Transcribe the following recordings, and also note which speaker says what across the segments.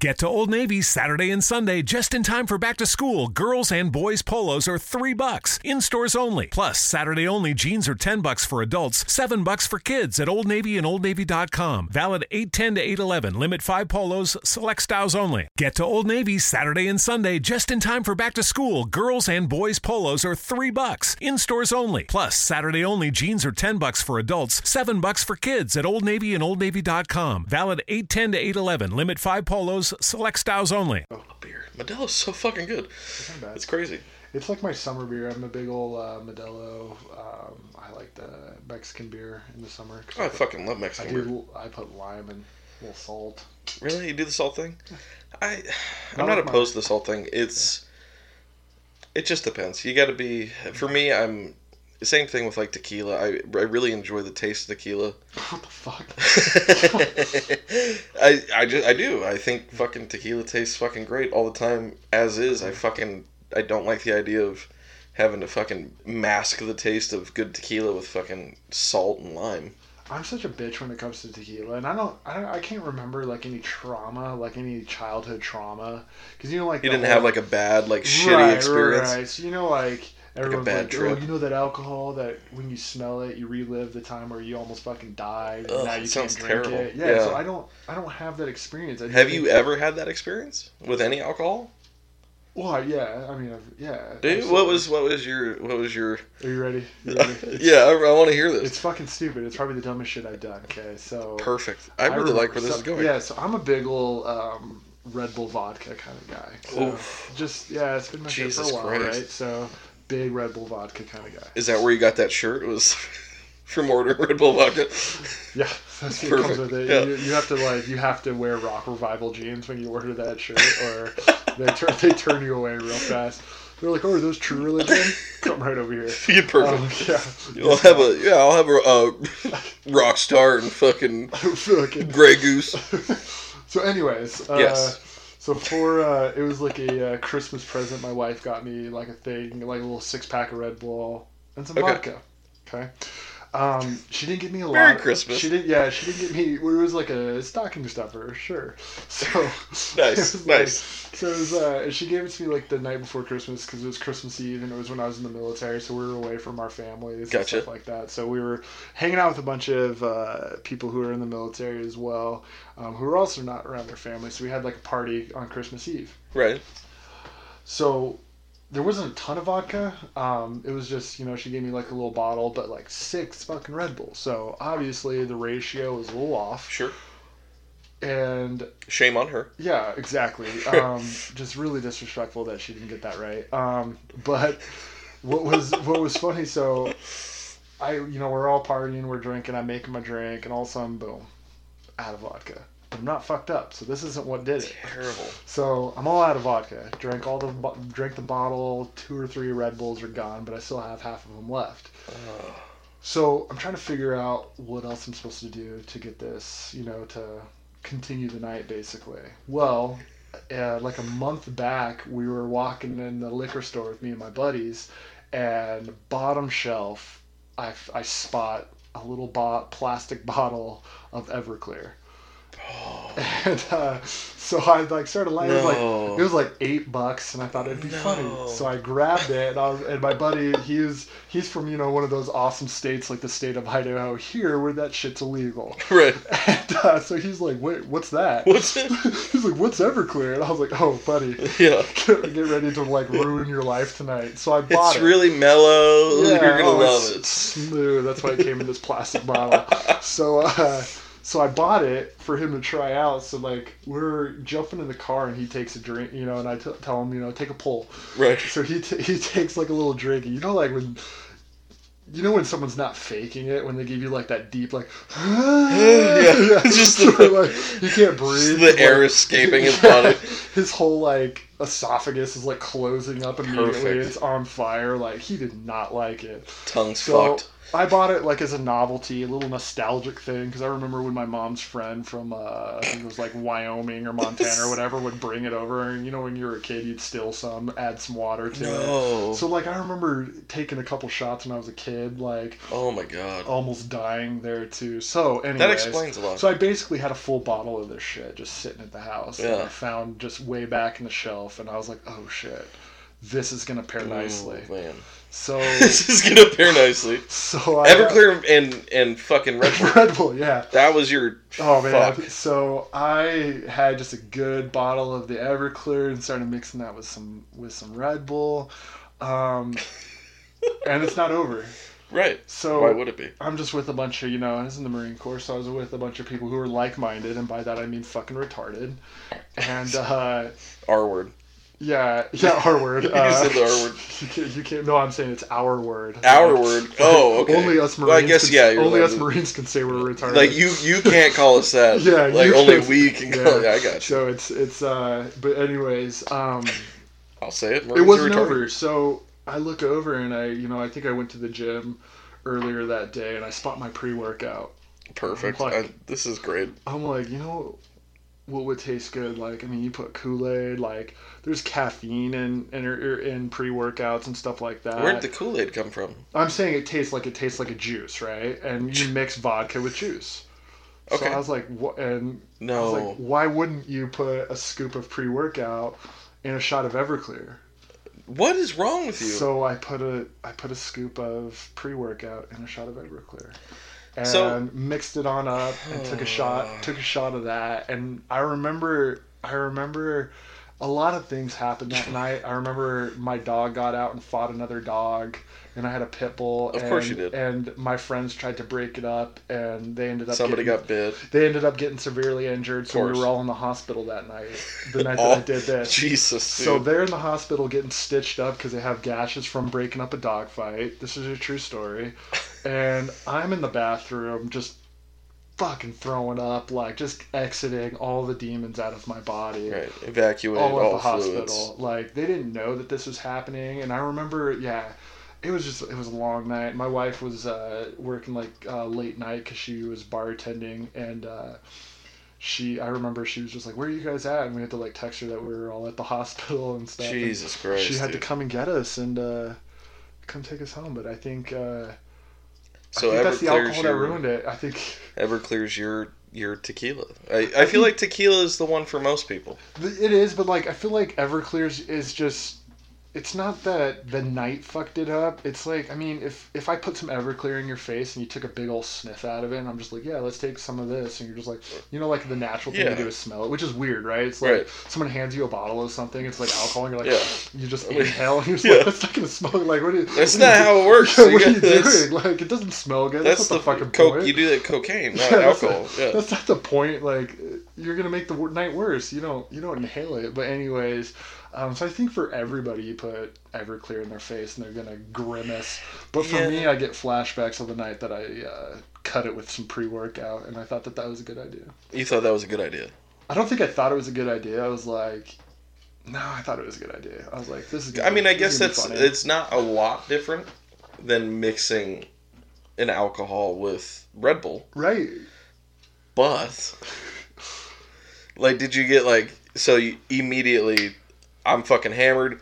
Speaker 1: Get to Old Navy Saturday and Sunday just in time for back to school. Girls and boys polos are 3 bucks in stores only. Plus, Saturday only jeans are 10 bucks for adults, 7 bucks for kids at Old Navy and oldnavy.com. Valid 810 to 811. Limit 5 polos, select styles only. Get to Old Navy Saturday and Sunday just in time for back to school. Girls and boys polos are 3 bucks in stores only. Plus, Saturday only jeans are 10 bucks for adults, 7 bucks for kids at Old Navy and oldnavy.com. Valid 810 to 811. Limit 5 polos select styles only.
Speaker 2: Oh, beer. Modelo's so fucking good. It's,
Speaker 3: not bad.
Speaker 2: it's crazy.
Speaker 3: It's like my summer beer. I'm a big old uh, Modelo. Um, I like the Mexican beer in the summer. 'cause
Speaker 2: Oh, I
Speaker 3: put-
Speaker 2: fucking love
Speaker 3: I
Speaker 2: Mexican beer.
Speaker 3: do. I put lime and a little salt.
Speaker 2: Really? You do the salt thing? I, I'm
Speaker 3: Not
Speaker 2: not
Speaker 3: like mine.
Speaker 2: opposed to the salt thing. It's, it just depends. You got to be. For me, I'm. Same thing with like tequila. I, I really enjoy the taste of tequila.
Speaker 3: What the fuck?
Speaker 2: I I just I do. I think fucking tequila tastes fucking great all the time as is. I fucking I don't like the idea of having to fucking mask the taste of good tequila with fucking salt and lime.
Speaker 3: I'm such a bitch when it comes to tequila, and I don't, I, don't, I can't remember like any trauma, like any childhood trauma, because you know, like
Speaker 2: You
Speaker 3: the
Speaker 2: didn't
Speaker 3: whole-
Speaker 2: have like a bad like shitty
Speaker 3: Right,
Speaker 2: experience.
Speaker 3: Right, right. So you know, like everyone's
Speaker 2: bad
Speaker 3: like,
Speaker 2: trip.
Speaker 3: oh, you know that alcohol that when you smell it, you relive the time where you almost fucking died.
Speaker 2: Ugh,
Speaker 3: and now
Speaker 2: it
Speaker 3: you
Speaker 2: sounds
Speaker 3: can't drink
Speaker 2: terrible.
Speaker 3: It. Yeah,
Speaker 2: Yeah.
Speaker 3: So I don't, I don't have that experience. I just
Speaker 2: Have
Speaker 3: think-
Speaker 2: you ever had that experience with any alcohol?
Speaker 3: Well, yeah. I mean, I've, yeah.
Speaker 2: Dude, what was what was your what was your
Speaker 3: absolutely. Are you ready? You ready? It's-
Speaker 2: Yeah, I, I want to hear
Speaker 3: It's
Speaker 2: this.
Speaker 3: fucking stupid. It's probably the dumbest shit I've done. Okay, so.
Speaker 2: Perfect. I really
Speaker 3: remember-
Speaker 2: like where this
Speaker 3: so-
Speaker 2: is going.
Speaker 3: Yeah, so I'm a big ol' um, Red Bull vodka kind of guy. So
Speaker 2: Oof.
Speaker 3: Just yeah, it's been my shit for a
Speaker 2: Jesus
Speaker 3: while,
Speaker 2: Christ.
Speaker 3: right? So big Red Bull vodka kind of guy.
Speaker 2: Is that where you got that shirt? It was from ordering Red Bull vodka.
Speaker 3: Yeah, that's what comes
Speaker 2: Perfect,
Speaker 3: with it.
Speaker 2: yeah.
Speaker 3: You, you have to like you have to wear rock revival jeans when you order that shirt, or they turn they turn you away real fast. They're like, "Oh, are those True Religion? Come right over here."
Speaker 2: You're perfect.
Speaker 3: Um, yeah,
Speaker 2: I'll have a yeah. I'll have a uh, rock star and fucking
Speaker 3: Fucking-
Speaker 2: Grey Goose.
Speaker 3: so anyways uh,
Speaker 2: Yes.
Speaker 3: so for uh, it was like a uh, christmas present my wife got me like a thing like a little six-pack of red bull and some
Speaker 2: Okay.
Speaker 3: vodka okay um, she didn't give me a lot.
Speaker 2: Merry Christmas.
Speaker 3: She didn't. Yeah, she didn't give me. Well, it was like a stocking stuffer, sure. So it
Speaker 2: Nice,
Speaker 3: was like-
Speaker 2: nice.
Speaker 3: so it was, uh, and she gave it to me like the night before Christmas because it was Christmas Eve and it was when I was in the military, so we were away from our families
Speaker 2: Gotcha.
Speaker 3: and stuff like that. So we were hanging out with a bunch of uh, people who were in the military as well, um, who were also not around their families. So we had like a party on Christmas Eve.
Speaker 2: Right.
Speaker 3: So there wasn't a ton of vodka. Um, it was just you know she gave me like a little bottle, but like six fucking Red Bull. So obviously the ratio was a little off,
Speaker 2: Sure.
Speaker 3: and
Speaker 2: Shame on her.
Speaker 3: yeah, exactly. Um, just really disrespectful that she didn't get that right. Um, but what was what was funny? So I, you know, we're all partying, we're drinking. I'm making my drink, and all of a sudden, boom, out of vodka. I'm not fucked up, so this isn't what did it.
Speaker 2: Terrible.
Speaker 3: So I'm all out of vodka. Drank all the bo- drank the bottle. Two or three Red Bulls are gone, but I still have half of them left. So I'm trying to figure out what else I'm supposed to do to get this, you know, to continue the night basically. Well, uh, like a month back, we were walking in the liquor store with me and my buddies, and bottom shelf, I, I spot a little bot plastic bottle of Everclear. And uh, so I like started lying. It was
Speaker 2: No.
Speaker 3: like it was like eight bucks, and I thought it'd be
Speaker 2: No.
Speaker 3: funny. So I grabbed it, and, I was, and my buddy, he's he's from you know one of those awesome states like the state of Idaho here where that shit's illegal.
Speaker 2: Right.
Speaker 3: And uh, so he's like, wait, what's that?
Speaker 2: What's it?
Speaker 3: he's like, what's Everclear? And I was like, oh, buddy,
Speaker 2: Yeah.
Speaker 3: get, get ready to like ruin your life tonight. So I bought
Speaker 2: It's
Speaker 3: it.
Speaker 2: really mellow. You're gonna
Speaker 3: oh,
Speaker 2: love
Speaker 3: it's
Speaker 2: it.
Speaker 3: Smooth. That's why it came in this plastic bottle. So, uh, so I bought it for him to try out. So like we're jumping in the car and he takes a drink, you know, and I t- tell him, you know, take a pull.
Speaker 2: Right.
Speaker 3: So he t- he takes like a little drink. You know, like when. You know when someone's not faking it when they give you like that deep like
Speaker 2: Yeah, just the-
Speaker 3: So, like, you can't breathe
Speaker 2: The air
Speaker 3: like-
Speaker 2: escaping his body.
Speaker 3: his whole like esophagus is like closing up immediately.
Speaker 2: Perfect.
Speaker 3: It's on fire. Like he did not like it.
Speaker 2: Tongue's
Speaker 3: So
Speaker 2: fucked.
Speaker 3: I bought it like as a novelty, a little nostalgic thing, because I remember when my mom's friend from uh, I think it was like Wyoming or Montana or whatever would bring it over, and you know when you were a kid you'd steal some, add some water to
Speaker 2: No.
Speaker 3: it. So like I remember taking a couple shots when I was a kid, like
Speaker 2: Oh my god.
Speaker 3: almost dying there too. So anyways,
Speaker 2: that explains a lot.
Speaker 3: So I basically had a full bottle of this shit just sitting at the house. And
Speaker 2: Yeah.
Speaker 3: I found just way back in the shelf, and I was like, oh shit, this is gonna pair nicely.
Speaker 2: Ooh, man.
Speaker 3: So
Speaker 2: this is gonna pair nicely.
Speaker 3: so I
Speaker 2: Everclear and and fucking Red Bull.
Speaker 3: Red Bull, yeah.
Speaker 2: That was your
Speaker 3: Oh man!
Speaker 2: fuck.
Speaker 3: So I had just a good bottle of the Everclear and started mixing that with some with some Red Bull, um, and it's not over.
Speaker 2: Right.
Speaker 3: So
Speaker 2: Why would it be?
Speaker 3: I'm just with a bunch of, you know, I was in the Marine Corps, so I was with a bunch of people who were like minded, and by that I mean fucking retarded. And, uh,
Speaker 2: R word.
Speaker 3: yeah, yeah, our word.
Speaker 2: You
Speaker 3: uh,
Speaker 2: said the R word.
Speaker 3: You can't, you can't, no, I'm saying it's our word.
Speaker 2: Our word. Oh, okay.
Speaker 3: Only us Marines.
Speaker 2: Well, I guess
Speaker 3: can,
Speaker 2: yeah. You're
Speaker 3: Only
Speaker 2: like,
Speaker 3: us Marines can say we're retarded.
Speaker 2: Like you, you can't call us that.
Speaker 3: Yeah,
Speaker 2: Like
Speaker 3: you
Speaker 2: only
Speaker 3: can't-
Speaker 2: we can call. Yeah, I got you.
Speaker 3: So it's, it's, uh, but anyways, um,
Speaker 2: I'll say it.
Speaker 3: it
Speaker 2: Marines are
Speaker 3: wasn't
Speaker 2: retarded.
Speaker 3: over. So I look over and I, you know, I think I went to the gym earlier that day and I spot my pre workout.
Speaker 2: Perfect.
Speaker 3: Like-
Speaker 2: I- this is great.
Speaker 3: I'm like, you know, what would taste good? Like, I mean, you put Kool Aid. Like, there's caffeine in in, er- in pre workouts and stuff like that.
Speaker 2: Where'd the Kool Aid come from?
Speaker 3: I'm saying it tastes like it tastes like a juice, right? And you mix vodka with juice.
Speaker 2: Okay.
Speaker 3: So I was like, what? And I was like,
Speaker 2: No,
Speaker 3: why wouldn't you put a scoop of pre workout in a shot of Everclear?
Speaker 2: what is wrong with you?
Speaker 3: So I put a I put a scoop of pre workout in a shot of Everclear, and
Speaker 2: So-
Speaker 3: mixed it on up and took a shot took a shot of that. And I remember I remember a lot of things happened that night. I remember my dog got out and fought another dog, and I had a pit bull.
Speaker 2: Of
Speaker 3: and,
Speaker 2: course you did.
Speaker 3: And my friends tried to break it up, and they ended up
Speaker 2: Somebody
Speaker 3: getting,
Speaker 2: got bit.
Speaker 3: they ended up getting severely injured. So we
Speaker 2: course.
Speaker 3: were all in the hospital that night. The night
Speaker 2: Oh,
Speaker 3: that I did this.
Speaker 2: Jesus, dude.
Speaker 3: So they're in the hospital getting stitched up because they have gashes from breaking up a dog fight. This is a true story. And I'm in the bathroom just fucking throwing up, like just exiting all the demons out of my body.
Speaker 2: right, evacuate
Speaker 3: All
Speaker 2: all,
Speaker 3: at the
Speaker 2: fluids.
Speaker 3: hospital. Like they didn't know that this was happening. And I remember, yeah, it was just, it was a long night. My wife was uh, working like uh, late night because she was bartending and, uh, she, I remember she was just like, "Where are you guys at?" And we had to like text her that we were all at the hospital and stuff. And-
Speaker 2: Jesus Christ,
Speaker 3: she had
Speaker 2: dude.
Speaker 3: to come and get us and uh, come take us home. But I think uh,
Speaker 2: so
Speaker 3: I think that's the
Speaker 2: Everclear's
Speaker 3: alcohol that
Speaker 2: your,
Speaker 3: ruined it. I think
Speaker 2: Everclear's your your tequila. I, I feel like tequila is the one for most people.
Speaker 3: th- it is, but like I feel like Everclear's is just. It's not that the night fucked it up. It's like I mean, if if I put some Everclear in your face and you took a big old sniff out of it, and I'm just like, yeah, let's take some of this, and you're just like, you know, like the natural thing
Speaker 2: Yeah.
Speaker 3: to do is smell it, which is weird, right? It's like
Speaker 2: Right.
Speaker 3: someone hands you a bottle of something, it's like alcohol, and you're like,
Speaker 2: Yeah.
Speaker 3: you just
Speaker 2: Yeah.
Speaker 3: inhale, and you're just
Speaker 2: Yeah.
Speaker 3: like, that's not gonna smell. Like what? Are you, what
Speaker 2: That's
Speaker 3: are
Speaker 2: not
Speaker 3: you
Speaker 2: how it works.
Speaker 3: Yeah,
Speaker 2: You
Speaker 3: what are
Speaker 2: got-
Speaker 3: you
Speaker 2: that's-
Speaker 3: doing? Like, it doesn't smell good.
Speaker 2: That's,
Speaker 3: That's,
Speaker 2: the,
Speaker 3: not the, fucking
Speaker 2: coke.
Speaker 3: point.
Speaker 2: You do that cocaine, not
Speaker 3: Yeah, that's
Speaker 2: alcohol.
Speaker 3: not-
Speaker 2: yeah.
Speaker 3: That's not the point. Like, you're gonna make the wor- night worse. You don't. You don't inhale it. But anyways, um, so I think for everybody, you put Everclear in their face, and they're gonna grimace. But for
Speaker 2: Yeah.
Speaker 3: me, I get flashbacks of the night that I uh, cut it with some pre-workout, and I thought that that was a good idea.
Speaker 2: You thought that was a good idea.
Speaker 3: I don't think I thought it was a good idea. I was like, no, I thought it was a good idea. I was like, this is. Gonna
Speaker 2: I mean, I
Speaker 3: this
Speaker 2: guess
Speaker 3: is
Speaker 2: that's
Speaker 3: gonna be funny.
Speaker 2: it's not a lot different than mixing an alcohol with Red Bull,
Speaker 3: right.
Speaker 2: but like, did you get like so you immediately? I'm fucking hammered,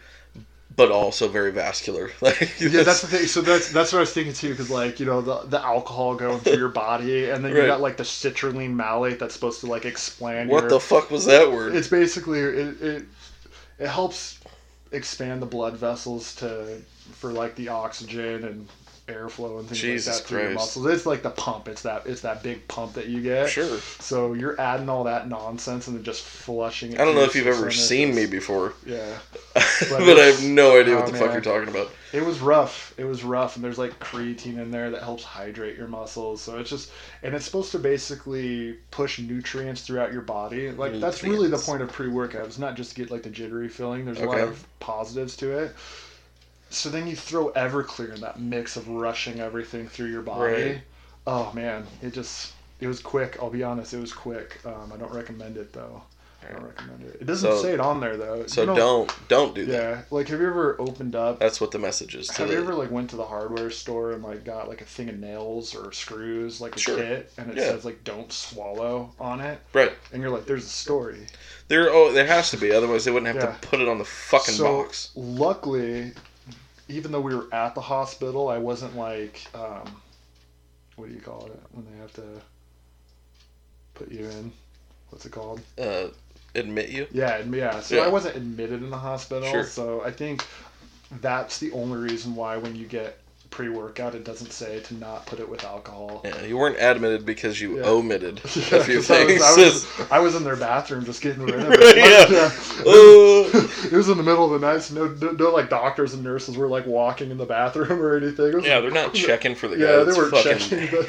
Speaker 2: but also very vascular. Like,
Speaker 3: Yeah, that's the thing. So that's that's what I was thinking too, because like you know the the alcohol going through your body, and then
Speaker 2: Right.
Speaker 3: you got like the citrulline malate that's supposed to like expand.
Speaker 2: what
Speaker 3: your,
Speaker 2: the fuck was that word?
Speaker 3: It's basically it, it it helps expand the blood vessels to for like the oxygen and airflow and things
Speaker 2: Jesus
Speaker 3: like that through your
Speaker 2: Christ.
Speaker 3: muscles. It's like the pump. It's that it's that big pump that you get.
Speaker 2: Sure.
Speaker 3: So you're adding all that nonsense and then just flushing it.
Speaker 2: I don't know
Speaker 3: through
Speaker 2: if you've
Speaker 3: your
Speaker 2: ever
Speaker 3: system.
Speaker 2: seen me before,
Speaker 3: Yeah.
Speaker 2: but I have no idea what
Speaker 3: Oh,
Speaker 2: the fuck
Speaker 3: man.
Speaker 2: you're talking about.
Speaker 3: It was rough. It was rough, and there's like creatine in there that helps hydrate your muscles. So it's just, and it's supposed to basically push nutrients throughout your body. Like
Speaker 2: Mm.
Speaker 3: that's really the
Speaker 2: Nutrients.
Speaker 3: point of pre-workout. It's not just to get like the jittery feeling. There's a lot
Speaker 2: Okay.
Speaker 3: of positives to it. So then you throw Everclear in that mix of rushing everything through your body.
Speaker 2: Right.
Speaker 3: Oh man, it just it was quick. I'll be honest, it was quick. Um, I don't recommend it though. I don't recommend it. It doesn't
Speaker 2: So-
Speaker 3: say it on there though.
Speaker 2: So
Speaker 3: You
Speaker 2: don't don't, do that.
Speaker 3: Yeah, like have you ever opened up?
Speaker 2: That's what the message is to
Speaker 3: Have you
Speaker 2: the
Speaker 3: ever like went to the hardware store and like got like a thing of nails or screws, like a
Speaker 2: Sure.
Speaker 3: kit, and it
Speaker 2: Yeah.
Speaker 3: says like "Don't swallow" on it,
Speaker 2: right.
Speaker 3: and you're like, "There's a story."
Speaker 2: There oh there has to be otherwise they wouldn't have
Speaker 3: Yeah.
Speaker 2: to put it on the fucking
Speaker 3: so
Speaker 2: box.
Speaker 3: luckily, even though we were at the hospital, I wasn't like, um, what do you call it when they have to put you in? What's it called?
Speaker 2: Uh, admit you.
Speaker 3: Yeah, and- yeah. So
Speaker 2: Yeah.
Speaker 3: I wasn't admitted in the hospital.
Speaker 2: Sure.
Speaker 3: So I think that's the only reason why when you get pre-workout, it doesn't say to not put it with alcohol.
Speaker 2: Yeah, you weren't admitted because you
Speaker 3: Yeah.
Speaker 2: omitted
Speaker 3: Yeah,
Speaker 2: a few
Speaker 3: 'cause I was-
Speaker 2: things.
Speaker 3: I was, I was in their bathroom just getting rid of it.
Speaker 2: Right, yeah. Uh,
Speaker 3: It was in the middle of the night. So no, no, no, like doctors and nurses were like walking in the bathroom or anything. It was-
Speaker 2: yeah, they're not checking for the guy
Speaker 3: Yeah, they
Speaker 2: that's
Speaker 3: were
Speaker 2: fucking
Speaker 3: checking, but-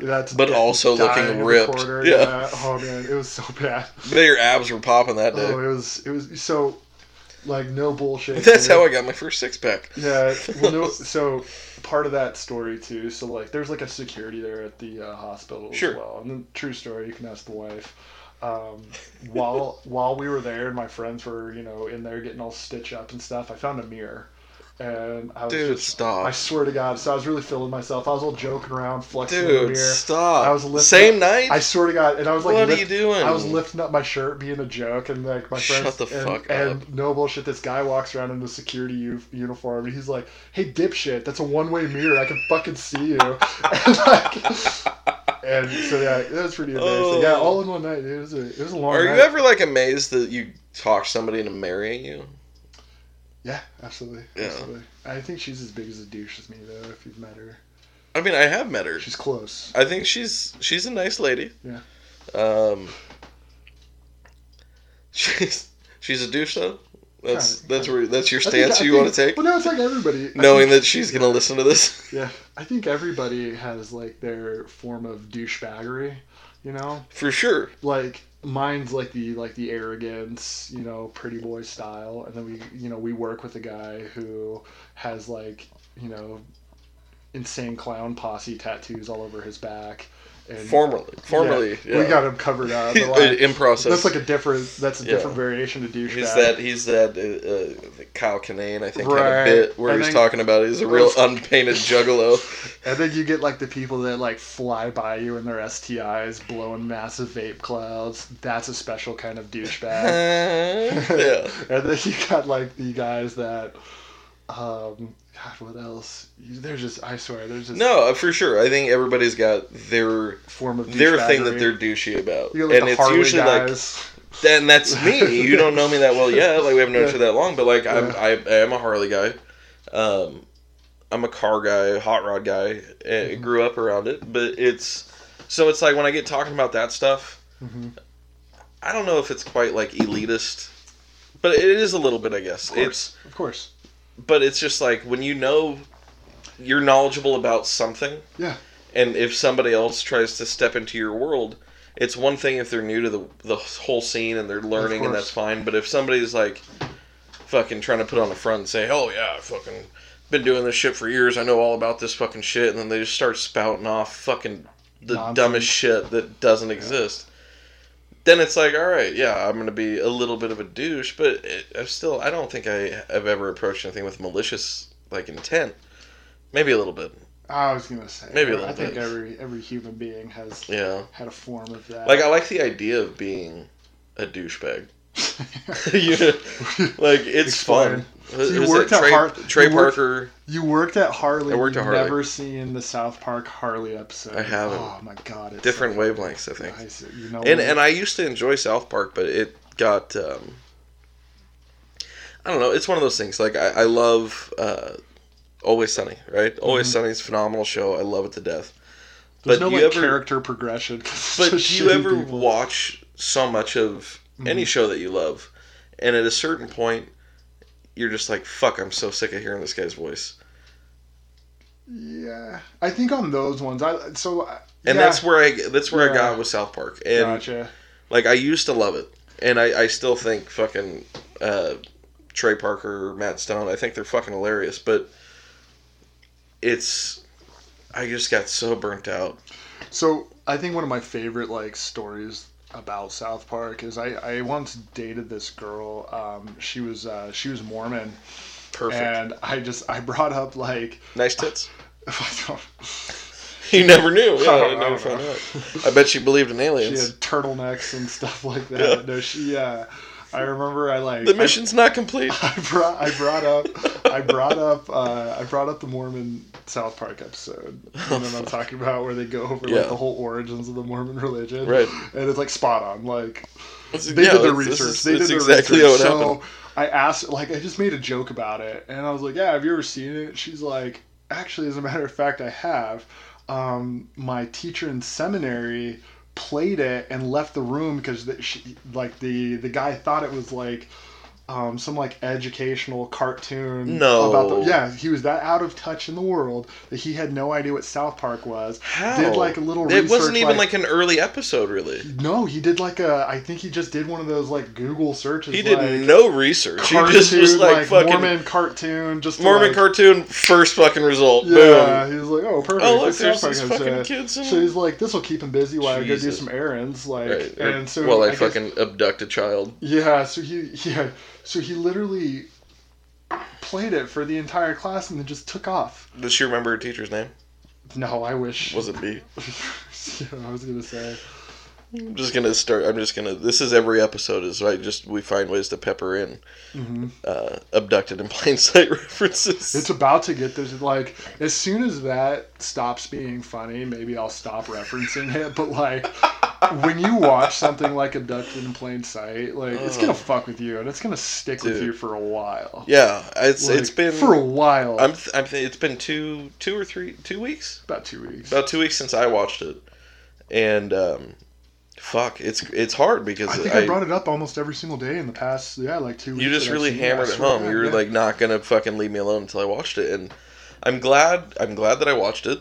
Speaker 3: That's
Speaker 2: but also
Speaker 3: dying
Speaker 2: looking
Speaker 3: every
Speaker 2: ripped.
Speaker 3: quarter,
Speaker 2: yeah.
Speaker 3: Oh man, it was so bad.
Speaker 2: their abs were popping that day.
Speaker 3: Oh, it was it was so like no bullshit.
Speaker 2: That's
Speaker 3: dude.
Speaker 2: how I got my first six pack.
Speaker 3: Yeah, well, no, so part of that story too. So like, there's like a security there at the uh, hospital
Speaker 2: Sure.
Speaker 3: as well. And the true story, you can ask the wife. Um, while while we were there, and my friends were you know in there getting all stitched up and stuff, I found a mirror, and I was
Speaker 2: Dude,
Speaker 3: just. I
Speaker 2: stop.
Speaker 3: swear to God, so I was really feeling myself. I was all joking around, flexing in the
Speaker 2: Dude,
Speaker 3: mirror.
Speaker 2: stop.
Speaker 3: I was lifting-
Speaker 2: Same night?
Speaker 3: I swear to God, and I was like,
Speaker 2: what are
Speaker 3: lift-
Speaker 2: you doing?
Speaker 3: I was lifting up my shirt, being a joke, and like my friends.
Speaker 2: Shut the
Speaker 3: and,
Speaker 2: fuck
Speaker 3: and no bullshit, this guy walks around in the security u- uniform, and he's like, "Hey, dipshit, that's a one-way mirror. I can fucking see you." and, like, and so yeah, that was pretty amazing. Yeah,
Speaker 2: Oh.
Speaker 3: all in one night. dude. It was a, it was a long.
Speaker 2: Are
Speaker 3: night.
Speaker 2: you ever like amazed that you talk somebody into marrying you?
Speaker 3: Yeah, absolutely.
Speaker 2: Yeah.
Speaker 3: Absolutely. I think she's as big as a douche as me though. If you've met her,
Speaker 2: I mean, I have met her.
Speaker 3: she's close.
Speaker 2: I think she's she's a nice lady.
Speaker 3: Yeah.
Speaker 2: Um. She's she's a douche though. That's
Speaker 3: Yeah.
Speaker 2: that's where that's your
Speaker 3: I think-
Speaker 2: stance
Speaker 3: I
Speaker 2: you
Speaker 3: think-
Speaker 2: want to take,
Speaker 3: Well, no, it's like everybody. I
Speaker 2: knowing
Speaker 3: think-
Speaker 2: that she's gonna listen to this.
Speaker 3: Yeah, I think everybody has like their form of douchebaggery. You know,
Speaker 2: For sure.
Speaker 3: like mine's like the like the arrogance you know pretty boy style and then we you know we work with a guy who has like you know insane clown posse tattoos all over his back and
Speaker 2: Formerly, formerly,
Speaker 3: Yeah, we got him covered up but, like,
Speaker 2: in process.
Speaker 3: that's like a different that's a
Speaker 2: Yeah.
Speaker 3: different variation of douchebag
Speaker 2: He's that he's that uh, uh, Kyle Kinane I think had
Speaker 3: Right.
Speaker 2: a bit where
Speaker 3: And
Speaker 2: he's
Speaker 3: then-
Speaker 2: talking about he's a real unpainted juggalo.
Speaker 3: and then you get like the people that like fly by you in their STIs blowing massive vape clouds that's a special kind of douchebag
Speaker 2: Uh, yeah,
Speaker 3: and then you got like the guys that, um, God, what else? They're just, I swear, they're just
Speaker 2: no, uh, for sure. I think everybody's got their
Speaker 3: form of
Speaker 2: their thing that
Speaker 3: douchebaggery.
Speaker 2: they're douchey about,
Speaker 3: You got, like,
Speaker 2: and
Speaker 3: the
Speaker 2: it's
Speaker 3: Harley
Speaker 2: usually like
Speaker 3: guys.
Speaker 2: then that's me. You don't know me that well yet. Like we haven't known each
Speaker 3: Yeah.
Speaker 2: other that long, but like I'm
Speaker 3: Yeah.
Speaker 2: I, I am a Harley guy. Um, I'm a car guy, hot rod guy. I
Speaker 3: Mm-hmm.
Speaker 2: grew up around it, but it's so it's like when I get talking about that stuff.
Speaker 3: Mhm.
Speaker 2: I don't know if it's quite like elitist, but it is a little bit, I guess.
Speaker 3: Of course.
Speaker 2: It's
Speaker 3: Of course,
Speaker 2: but it's just like when you know you're knowledgeable about something,
Speaker 3: Yeah.
Speaker 2: And if somebody else tries to step into your world, it's one thing if they're new to the the whole scene and they're learning and
Speaker 3: course.
Speaker 2: that's fine. But if somebody's like fucking trying to put on a front and say, "Oh yeah, I fucking been doing this shit for years. I know all about this fucking shit," and then they just start spouting off fucking the
Speaker 3: Nonsense.
Speaker 2: dumbest shit that doesn't exist then it's like, all right, yeah, I'm gonna be a little bit of a douche, but it, I'm still, I don't think I have ever approached anything with malicious like intent. Maybe a little bit,
Speaker 3: I was gonna say.
Speaker 2: Maybe a little
Speaker 3: I think
Speaker 2: bit.
Speaker 3: every every human being has
Speaker 2: yeah.
Speaker 3: had a form of that.
Speaker 2: Like I like the idea of being a douchebag. You- like it's
Speaker 3: Explain.
Speaker 2: fun. Who-
Speaker 3: you
Speaker 2: who's
Speaker 3: worked
Speaker 2: that?
Speaker 3: at
Speaker 2: Trey,
Speaker 3: Har-
Speaker 2: Trey
Speaker 3: you worked-
Speaker 2: Parker.
Speaker 3: you worked at Harley.
Speaker 2: I worked at
Speaker 3: you've
Speaker 2: Harley.
Speaker 3: Never seen the South Park Harley episode.
Speaker 2: I haven't.
Speaker 3: Oh my god, it's
Speaker 2: Different
Speaker 3: like,
Speaker 2: wavelengths, I think.
Speaker 3: I see- you know,
Speaker 2: And and I used to enjoy South Park, but it got um, I don't know. It's one of those things. Like I, I love uh, Always Sunny, right? Always
Speaker 3: Mm-hmm.
Speaker 2: Sunny is a phenomenal show. I love it to death.
Speaker 3: there's
Speaker 2: but
Speaker 3: no
Speaker 2: you
Speaker 3: like
Speaker 2: ever-
Speaker 3: character progression. It's
Speaker 2: But
Speaker 3: just
Speaker 2: do you
Speaker 3: shitty
Speaker 2: ever
Speaker 3: people. Mm-hmm.
Speaker 2: watch so much of any show that you love, and at a certain point, you're just like, "Fuck, I'm so sick of hearing this guy's voice."
Speaker 3: Yeah, I think on those ones, I so I- yeah,
Speaker 2: And that's where I that's where I
Speaker 3: Yeah.
Speaker 2: got with South Park, and
Speaker 3: gotcha.
Speaker 2: like I used to love it, and I I still think fucking uh, Trey Parker, Matt Stone, I think they're fucking hilarious, but it's I just got so burnt out.
Speaker 3: So I think one of my favorite like stories about South Park is I, I once dated this girl. Um, she was uh, she was Mormon,
Speaker 2: Perfect.
Speaker 3: and I just I brought up like
Speaker 2: nice tits.
Speaker 3: she
Speaker 2: You never knew. Yeah,
Speaker 3: I
Speaker 2: I,
Speaker 3: don't- I
Speaker 2: never
Speaker 3: don't
Speaker 2: found out. I bet she believed in aliens.
Speaker 3: had turtlenecks and stuff like that. No, she. Uh, I remember I like
Speaker 2: The
Speaker 3: I-
Speaker 2: mission's not complete.
Speaker 3: I brought I brought up I brought up uh, I brought up the Mormon South Park episode. You know what I'm talking about, where they go over
Speaker 2: Yeah.
Speaker 3: like the whole origins of the Mormon religion,
Speaker 2: Right.
Speaker 3: And it's like spot on. Like
Speaker 2: That's-
Speaker 3: they
Speaker 2: yeah,
Speaker 3: did their
Speaker 2: that's-
Speaker 3: research.
Speaker 2: this is-
Speaker 3: they did
Speaker 2: that's
Speaker 3: their
Speaker 2: exactly
Speaker 3: research.
Speaker 2: how it
Speaker 3: so
Speaker 2: happened.
Speaker 3: I asked, like, I just made a joke about it, and I was like, "Yeah, have you ever seen it?" She's like, "Actually, as a matter of fact, I have. Um, my teacher in seminary." played it and left the room because the, she, like the the guy thought it was like um, some like educational cartoon.
Speaker 2: No.
Speaker 3: About the, yeah, he was that out of touch in the world that he had no idea what South Park was.
Speaker 2: How?
Speaker 3: Did like a little.
Speaker 2: It
Speaker 3: research,
Speaker 2: wasn't even like, an early episode, really.
Speaker 3: No, he did like a. I think he just did one of those like Google searches.
Speaker 2: He did
Speaker 3: like,
Speaker 2: no research.
Speaker 3: Cartoon,
Speaker 2: he just was like, fucking Mormon,
Speaker 3: Mormon cartoon, just to, like,
Speaker 2: cartoon, first fucking result.
Speaker 3: Yeah,
Speaker 2: Boom.
Speaker 3: he was like, oh, perfect.
Speaker 2: Oh, look,
Speaker 3: South
Speaker 2: there's
Speaker 3: Park
Speaker 2: these
Speaker 3: has
Speaker 2: fucking
Speaker 3: that.
Speaker 2: kids in-
Speaker 3: So he's like, this will keep him busy while I go do
Speaker 2: Jesus.
Speaker 3: some errands, like,
Speaker 2: Right. or-
Speaker 3: and so
Speaker 2: well, I,
Speaker 3: guess-
Speaker 2: fucking abduct a child.
Speaker 3: Yeah, so he yeah, so he literally played it for the entire class and then just took off.
Speaker 2: Does she remember her teacher's name?
Speaker 3: No, I wish.
Speaker 2: Was it B?
Speaker 3: yeah, I was gonna say.
Speaker 2: I'm just gonna start. I'm just gonna. This is every episode. Is I just we find ways to pepper in
Speaker 3: Mhm.
Speaker 2: uh, abducted in plain sight references.
Speaker 3: It's about to get this like as soon as that stops being funny, maybe I'll stop referencing it. But like when you watch something like Abducted in Plain Sight, like it's gonna fuck with you and it's gonna stick with
Speaker 2: Dude.
Speaker 3: you for a while.
Speaker 2: yeah, it's
Speaker 3: Like,
Speaker 2: it's been.
Speaker 3: for a while.
Speaker 2: I'm th- I'm th- it's been two two or three two weeks
Speaker 3: about two weeks.
Speaker 2: about two weeks since I watched it, and um, fuck, it's it's hard because
Speaker 3: I think I, brought it up almost every single day in the past, yeah, like two weeks.
Speaker 2: you just
Speaker 3: that I've
Speaker 2: really
Speaker 3: seen
Speaker 2: hammered
Speaker 3: I
Speaker 2: it
Speaker 3: swear to
Speaker 2: home.
Speaker 3: God,
Speaker 2: You were
Speaker 3: yeah.
Speaker 2: like not gonna fucking leave me alone until I watched it, and I'm glad. I'm glad that I watched it.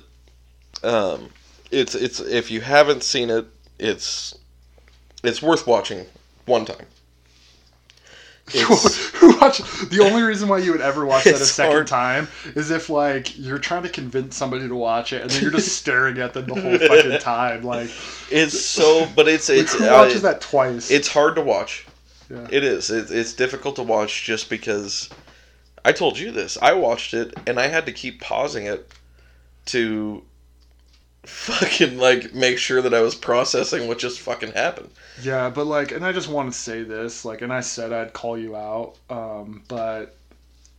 Speaker 2: Um, it's it's if you haven't seen it, it's it's worth watching one time. It's,
Speaker 3: Who watch the only reason why you would ever watch that a
Speaker 2: It's
Speaker 3: second
Speaker 2: hard.
Speaker 3: time is if like you're trying to convince somebody to watch it and then you're just staring at them the whole fucking time like
Speaker 2: it's so, but it's
Speaker 3: like,
Speaker 2: it's
Speaker 3: who watches
Speaker 2: uh,
Speaker 3: that twice
Speaker 2: It's hard to watch.
Speaker 3: Yeah.
Speaker 2: It is. It, it's difficult to watch just because I told you this. I watched it and I had to keep pausing it to fucking like make sure that I was processing what just fucking happened.
Speaker 3: yeah but like and i just want to say this like and i said i'd call you out um but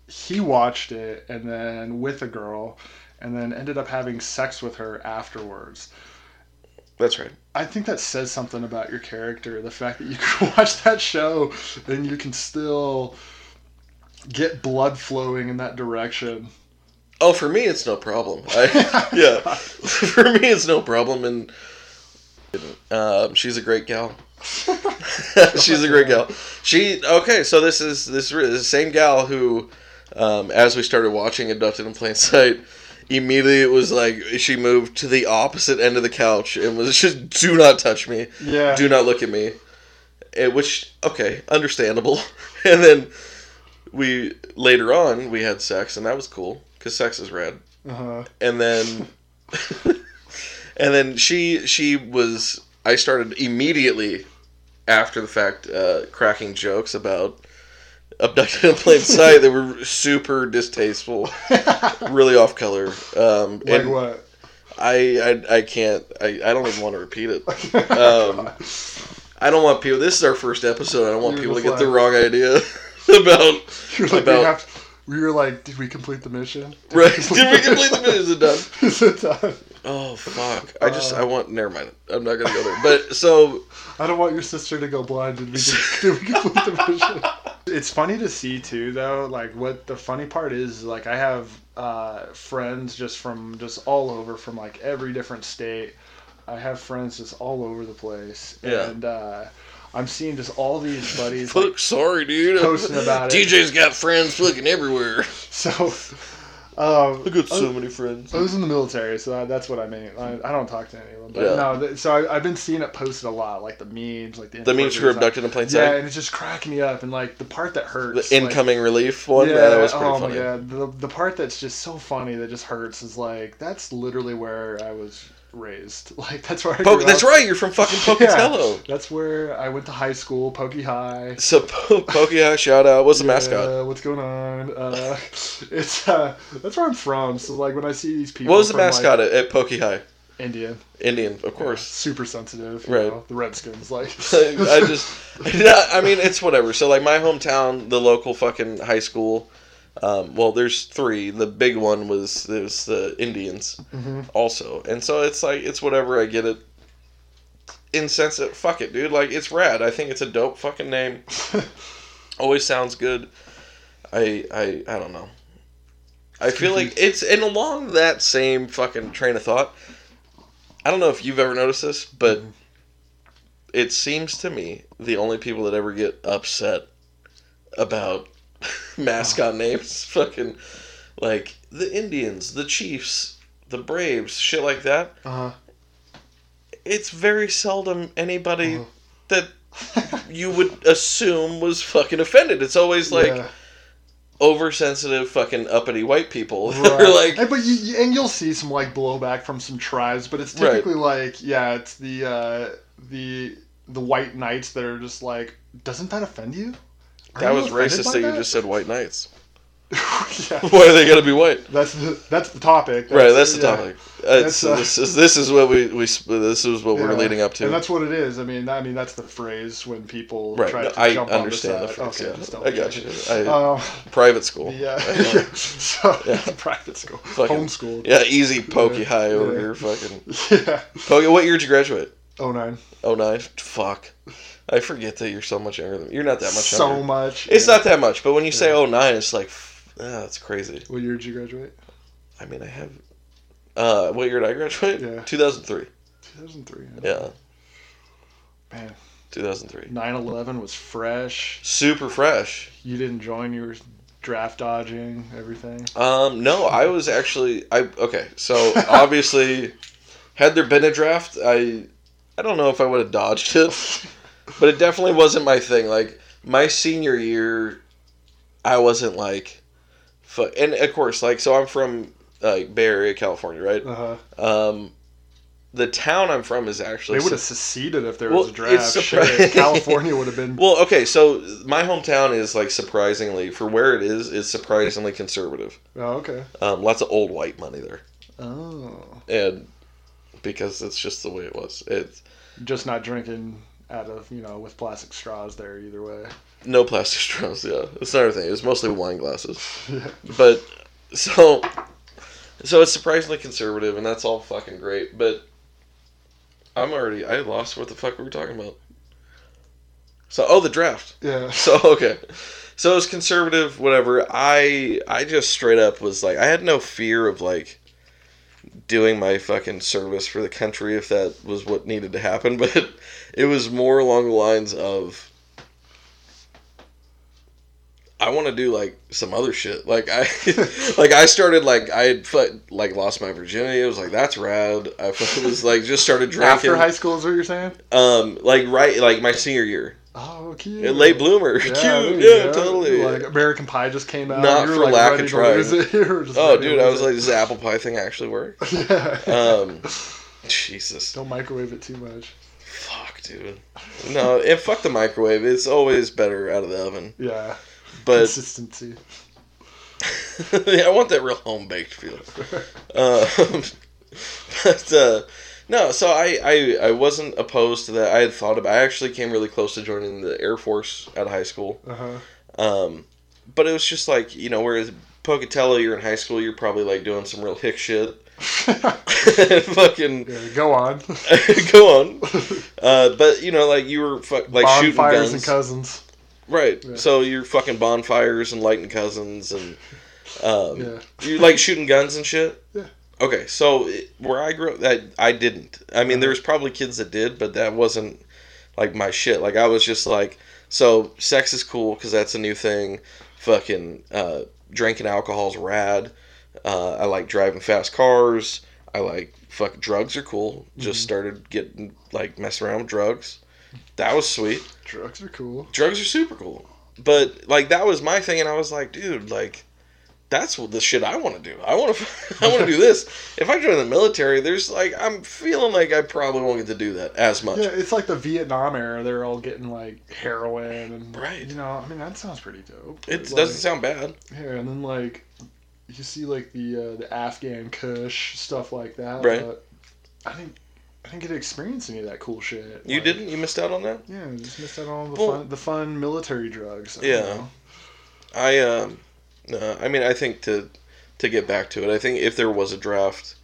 Speaker 3: he watched it and then with a girl and then ended up having sex with her afterwards
Speaker 2: That's right.
Speaker 3: I think that says something about your character. The fact that you can watch that show and you can still get blood flowing in that direction.
Speaker 2: Oh, for me it's no problem. I, yeah. for me it's no problem and um, she's a great gal. she's a great gal. She okay. So this is this is the same gal who, um, as we started watching Abducted in Plain Sight, immediately it was like she moved to the opposite end of the couch and was just do not touch me,
Speaker 3: Yeah.
Speaker 2: do not look at me, Eh, which okay, understandable. and then we later on we had sex and that was cool because sex is rad
Speaker 3: Uh-huh.
Speaker 2: and then and then she she was I started immediately after the fact uh, cracking jokes about abducted in plain sight that were super distasteful, really off color. Um,
Speaker 3: Like
Speaker 2: and
Speaker 3: what?
Speaker 2: I, I I can't I, I don't even want to repeat it. Um, I don't want people. This is our first episode. I don't want
Speaker 3: You're
Speaker 2: people to
Speaker 3: just
Speaker 2: get the
Speaker 3: like-
Speaker 2: wrong idea about
Speaker 3: You're like, we,
Speaker 2: about-
Speaker 3: have to- we were like, did we complete the mission? Did
Speaker 2: right. Did we complete the minute? Is it done?
Speaker 3: Is it done?
Speaker 2: Oh fuck! I just
Speaker 3: Uh,
Speaker 2: I want. Never mind. I'm not gonna go there. But so
Speaker 3: I don't want your sister to go blind. Did we, did we complete the mission? It's funny to see too, though. Like, what the funny part is, like, I have uh, friends just from just all over, from like every different state. I have friends just all over the place,
Speaker 2: Yeah.
Speaker 3: and uh, I'm seeing just all these buddies. like,
Speaker 2: fuck. Sorry, dude.
Speaker 3: Posting about it.
Speaker 2: DJ's got friends fucking everywhere.
Speaker 3: so, um,
Speaker 2: I got so many friends.
Speaker 3: I was in the military, so that, that's what I mean. I, I don't talk to anyone, but
Speaker 2: Yeah.
Speaker 3: no. Th- so I, I've been seeing it posted a lot, like the memes, like the
Speaker 2: The memes were
Speaker 3: inappropriate stuff.
Speaker 2: abducted in plain
Speaker 3: Yeah,
Speaker 2: sight.
Speaker 3: and it's just cracking me up, and like the part that
Speaker 2: the
Speaker 3: hurts. like-
Speaker 2: incoming relief one.
Speaker 3: yeah,
Speaker 2: Yeah, that was pretty
Speaker 3: oh
Speaker 2: funny.
Speaker 3: my god, the the part that's just so funny that just hurts is like that's literally where I was raised. Like that's where I
Speaker 2: Po-
Speaker 3: grew
Speaker 2: that's
Speaker 3: up.
Speaker 2: right. You're from fucking Pocatello.
Speaker 3: Yeah, that's where I went to high school, Pokey High.
Speaker 2: So po- Pokey, shout out. What's the mascot?
Speaker 3: Uh, what's going on? Uh, it's uh, that's where I'm from. So like when I see these people,
Speaker 2: What was the
Speaker 3: from, like,
Speaker 2: mascot at, at Pokey High?
Speaker 3: Indian,
Speaker 2: Indian, of
Speaker 3: Yeah,
Speaker 2: course.
Speaker 3: super sensitive. you
Speaker 2: Right.
Speaker 3: know, the Redskins, like
Speaker 2: I just, I mean, it's whatever. So like my hometown, the local fucking high school. Um, well, there's three. The big one was there's the Indians also, and so it's like it's whatever. I get it. Insensitive. Fuck it, dude. Like it's rad. I think it's a dope fucking name. Always sounds good. I I I don't know. I feel like it's and along that same fucking train of thought. I don't know if you've ever noticed this, but it seems to me the only people that ever get upset about mascot names fucking like the Indians, the Chiefs, the Braves, shit like that.
Speaker 3: uh,
Speaker 2: It's very seldom anybody
Speaker 3: Uh-huh.
Speaker 2: that you would assume was fucking offended. It's always like
Speaker 3: yeah.
Speaker 2: oversensitive fucking uppity white people. who are
Speaker 3: Right.
Speaker 2: like
Speaker 3: and, but you- you, and you'll see some like blowback from some tribes, but it's
Speaker 2: Right.
Speaker 3: typically like, yeah, it's the uh, the the white knights that are just like, doesn't that offend you? Are
Speaker 2: that
Speaker 3: you
Speaker 2: was
Speaker 3: offended
Speaker 2: racist
Speaker 3: by
Speaker 2: that you just said white knights.
Speaker 3: yeah,
Speaker 2: Why are they gonna be white?
Speaker 3: that's the that's the topic.
Speaker 2: right, that's the
Speaker 3: yeah.
Speaker 2: topic. It's,
Speaker 3: That's, uh,
Speaker 2: this is this is what we, we sp- this is what we're
Speaker 3: Yeah.
Speaker 2: leading up to.
Speaker 3: and that's what it is. I mean, I mean that's the phrase when people
Speaker 2: Right,
Speaker 3: try to
Speaker 2: I
Speaker 3: jump
Speaker 2: understand
Speaker 3: on
Speaker 2: the
Speaker 3: the side.
Speaker 2: phrase.
Speaker 3: okay,
Speaker 2: yeah.
Speaker 3: just don't
Speaker 2: I got
Speaker 3: judge
Speaker 2: you.
Speaker 3: it.
Speaker 2: I,
Speaker 3: Um,
Speaker 2: private school.
Speaker 3: yeah,
Speaker 2: I-
Speaker 3: so
Speaker 2: Yeah.
Speaker 3: private school,
Speaker 2: Fucking-
Speaker 3: homeschooled.
Speaker 2: yeah, easy pokey
Speaker 3: Yeah,
Speaker 2: high over
Speaker 3: yeah.
Speaker 2: here. Fucking
Speaker 3: yeah.
Speaker 2: pokey. What year did you graduate?
Speaker 3: Oh nine.
Speaker 2: Oh nine. Fuck, I forget that you're so much younger than me. You're not that much
Speaker 3: so
Speaker 2: younger.
Speaker 3: much.
Speaker 2: It's
Speaker 3: yeah.
Speaker 2: not that much, but when you say oh nine, it's like, f- ah, that's crazy.
Speaker 3: What year did you graduate?
Speaker 2: I mean, I have. Uh, what year did I graduate?
Speaker 3: Yeah.
Speaker 2: Two thousand three.
Speaker 3: 2003.
Speaker 2: Yeah,
Speaker 3: Man,
Speaker 2: two thousand three.
Speaker 3: 9/11 was fresh.
Speaker 2: Super fresh.
Speaker 3: You didn't join. You were draft dodging everything.
Speaker 2: Um, no, I was actually I okay. So obviously, had there been a draft, I I don't know if I would have dodged it, but it definitely wasn't my thing. Like my senior year, I wasn't like, fu- and of course, like so I'm from like Bay Area, California, right?
Speaker 3: Uh huh.
Speaker 2: Um, the town I'm from is actually
Speaker 3: They would have seceded if there
Speaker 2: Well,
Speaker 3: was a draft.
Speaker 2: it's surprising.
Speaker 3: Shit, California would have been.
Speaker 2: Well, okay, so my hometown is like surprisingly, for where it is, is surprisingly conservative.
Speaker 3: Oh, okay.
Speaker 2: Um, lots of old white money there.
Speaker 3: Oh,
Speaker 2: and because it's just the way it was. It's
Speaker 3: just not drinking out of you know with plastic straws there either way.
Speaker 2: no plastic straws. Yeah, it's another thing. It was mostly wine glasses, but so so it's surprisingly conservative, and that's all fucking great. But I'm already I lost what the fuck we were talking about. So oh, the draft.
Speaker 3: Yeah.
Speaker 2: So okay, so it was conservative. Whatever. I I just straight up was like I had no fear of like doing my fucking service for the country if that was what needed to happen, but it was more along the lines of I want to do like some other shit. Like I like I started like I had fu- like lost my virginity. I was like that's rad. I fucking was like just started drinking.
Speaker 3: After high school is what you're saying?
Speaker 2: um like right like my senior year.
Speaker 3: Oh, cute.
Speaker 2: Yeah, Late bloomer.
Speaker 3: Yeah, there
Speaker 2: Cute.
Speaker 3: you
Speaker 2: Yeah,
Speaker 3: go.
Speaker 2: totally.
Speaker 3: Like American Pie just came out.
Speaker 2: Not
Speaker 3: you were,
Speaker 2: for
Speaker 3: like,
Speaker 2: lack
Speaker 3: ready
Speaker 2: of
Speaker 3: to lose
Speaker 2: trying.
Speaker 3: it. You were just
Speaker 2: oh,
Speaker 3: ready to
Speaker 2: dude, I was
Speaker 3: lose
Speaker 2: like, does the apple pie thing actually work?
Speaker 3: it. Yeah.
Speaker 2: Um, Jesus.
Speaker 3: Don't microwave it too much.
Speaker 2: Fuck, dude. No, and fuck the microwave. It's always better out of the oven.
Speaker 3: Yeah.
Speaker 2: But
Speaker 3: Consistency.
Speaker 2: yeah, I want that real home baked feel. Um, but uh, no, so I, I I wasn't opposed to that. I had thought about. I actually came really close to joining the Air Force out of high school.
Speaker 3: Uh huh.
Speaker 2: Um, but it was just like you know, whereas Pocatello, you're in high school, you're probably like doing some real hick shit. fucking
Speaker 3: Uh-huh. Yeah, go on.
Speaker 2: go on. Uh, but you know, like you were fu- like shooting
Speaker 3: Bonfires
Speaker 2: guns,
Speaker 3: and cousins.
Speaker 2: right?
Speaker 3: Yeah.
Speaker 2: So you're fucking bonfires and lighting cousins, and um,
Speaker 3: Yeah.
Speaker 2: you like shooting guns and shit.
Speaker 3: Yeah.
Speaker 2: Okay, so it, where I grew up, I, I didn't. I mean, there was probably kids that did, but that wasn't like my shit. Like I was just like, so sex is cool because that's a new thing. Fucking uh, drinking alcohol's rad. Uh, I like driving fast cars. I like fuck drugs are cool. Just started getting like messing around with drugs. That was sweet
Speaker 3: Drugs are cool.
Speaker 2: drugs are super cool. But like that was my thing, and I was like, dude, like that's what the shit I want to do. I want to I want to do this. If I join the military, there's like I'm feeling like I probably won't get to do that as much.
Speaker 3: Yeah, it's like the Vietnam era. They're all getting like heroin and
Speaker 2: Right.
Speaker 3: You know, I mean that sounds pretty dope.
Speaker 2: it
Speaker 3: But,
Speaker 2: doesn't
Speaker 3: like,
Speaker 2: sound bad.
Speaker 3: Yeah, and then like you see like the uh, the Afghan Kush stuff like that.
Speaker 2: Right.
Speaker 3: But I didn't I didn't get to experience any of that cool shit.
Speaker 2: You
Speaker 3: Like,
Speaker 2: didn't. You missed out on that.
Speaker 3: Yeah, I just missed out on all the
Speaker 2: Well-
Speaker 3: fun the fun military drugs. I
Speaker 2: Yeah.
Speaker 3: don't know.
Speaker 2: I um, no, I mean I think to to get back to it, I think if there was a draft,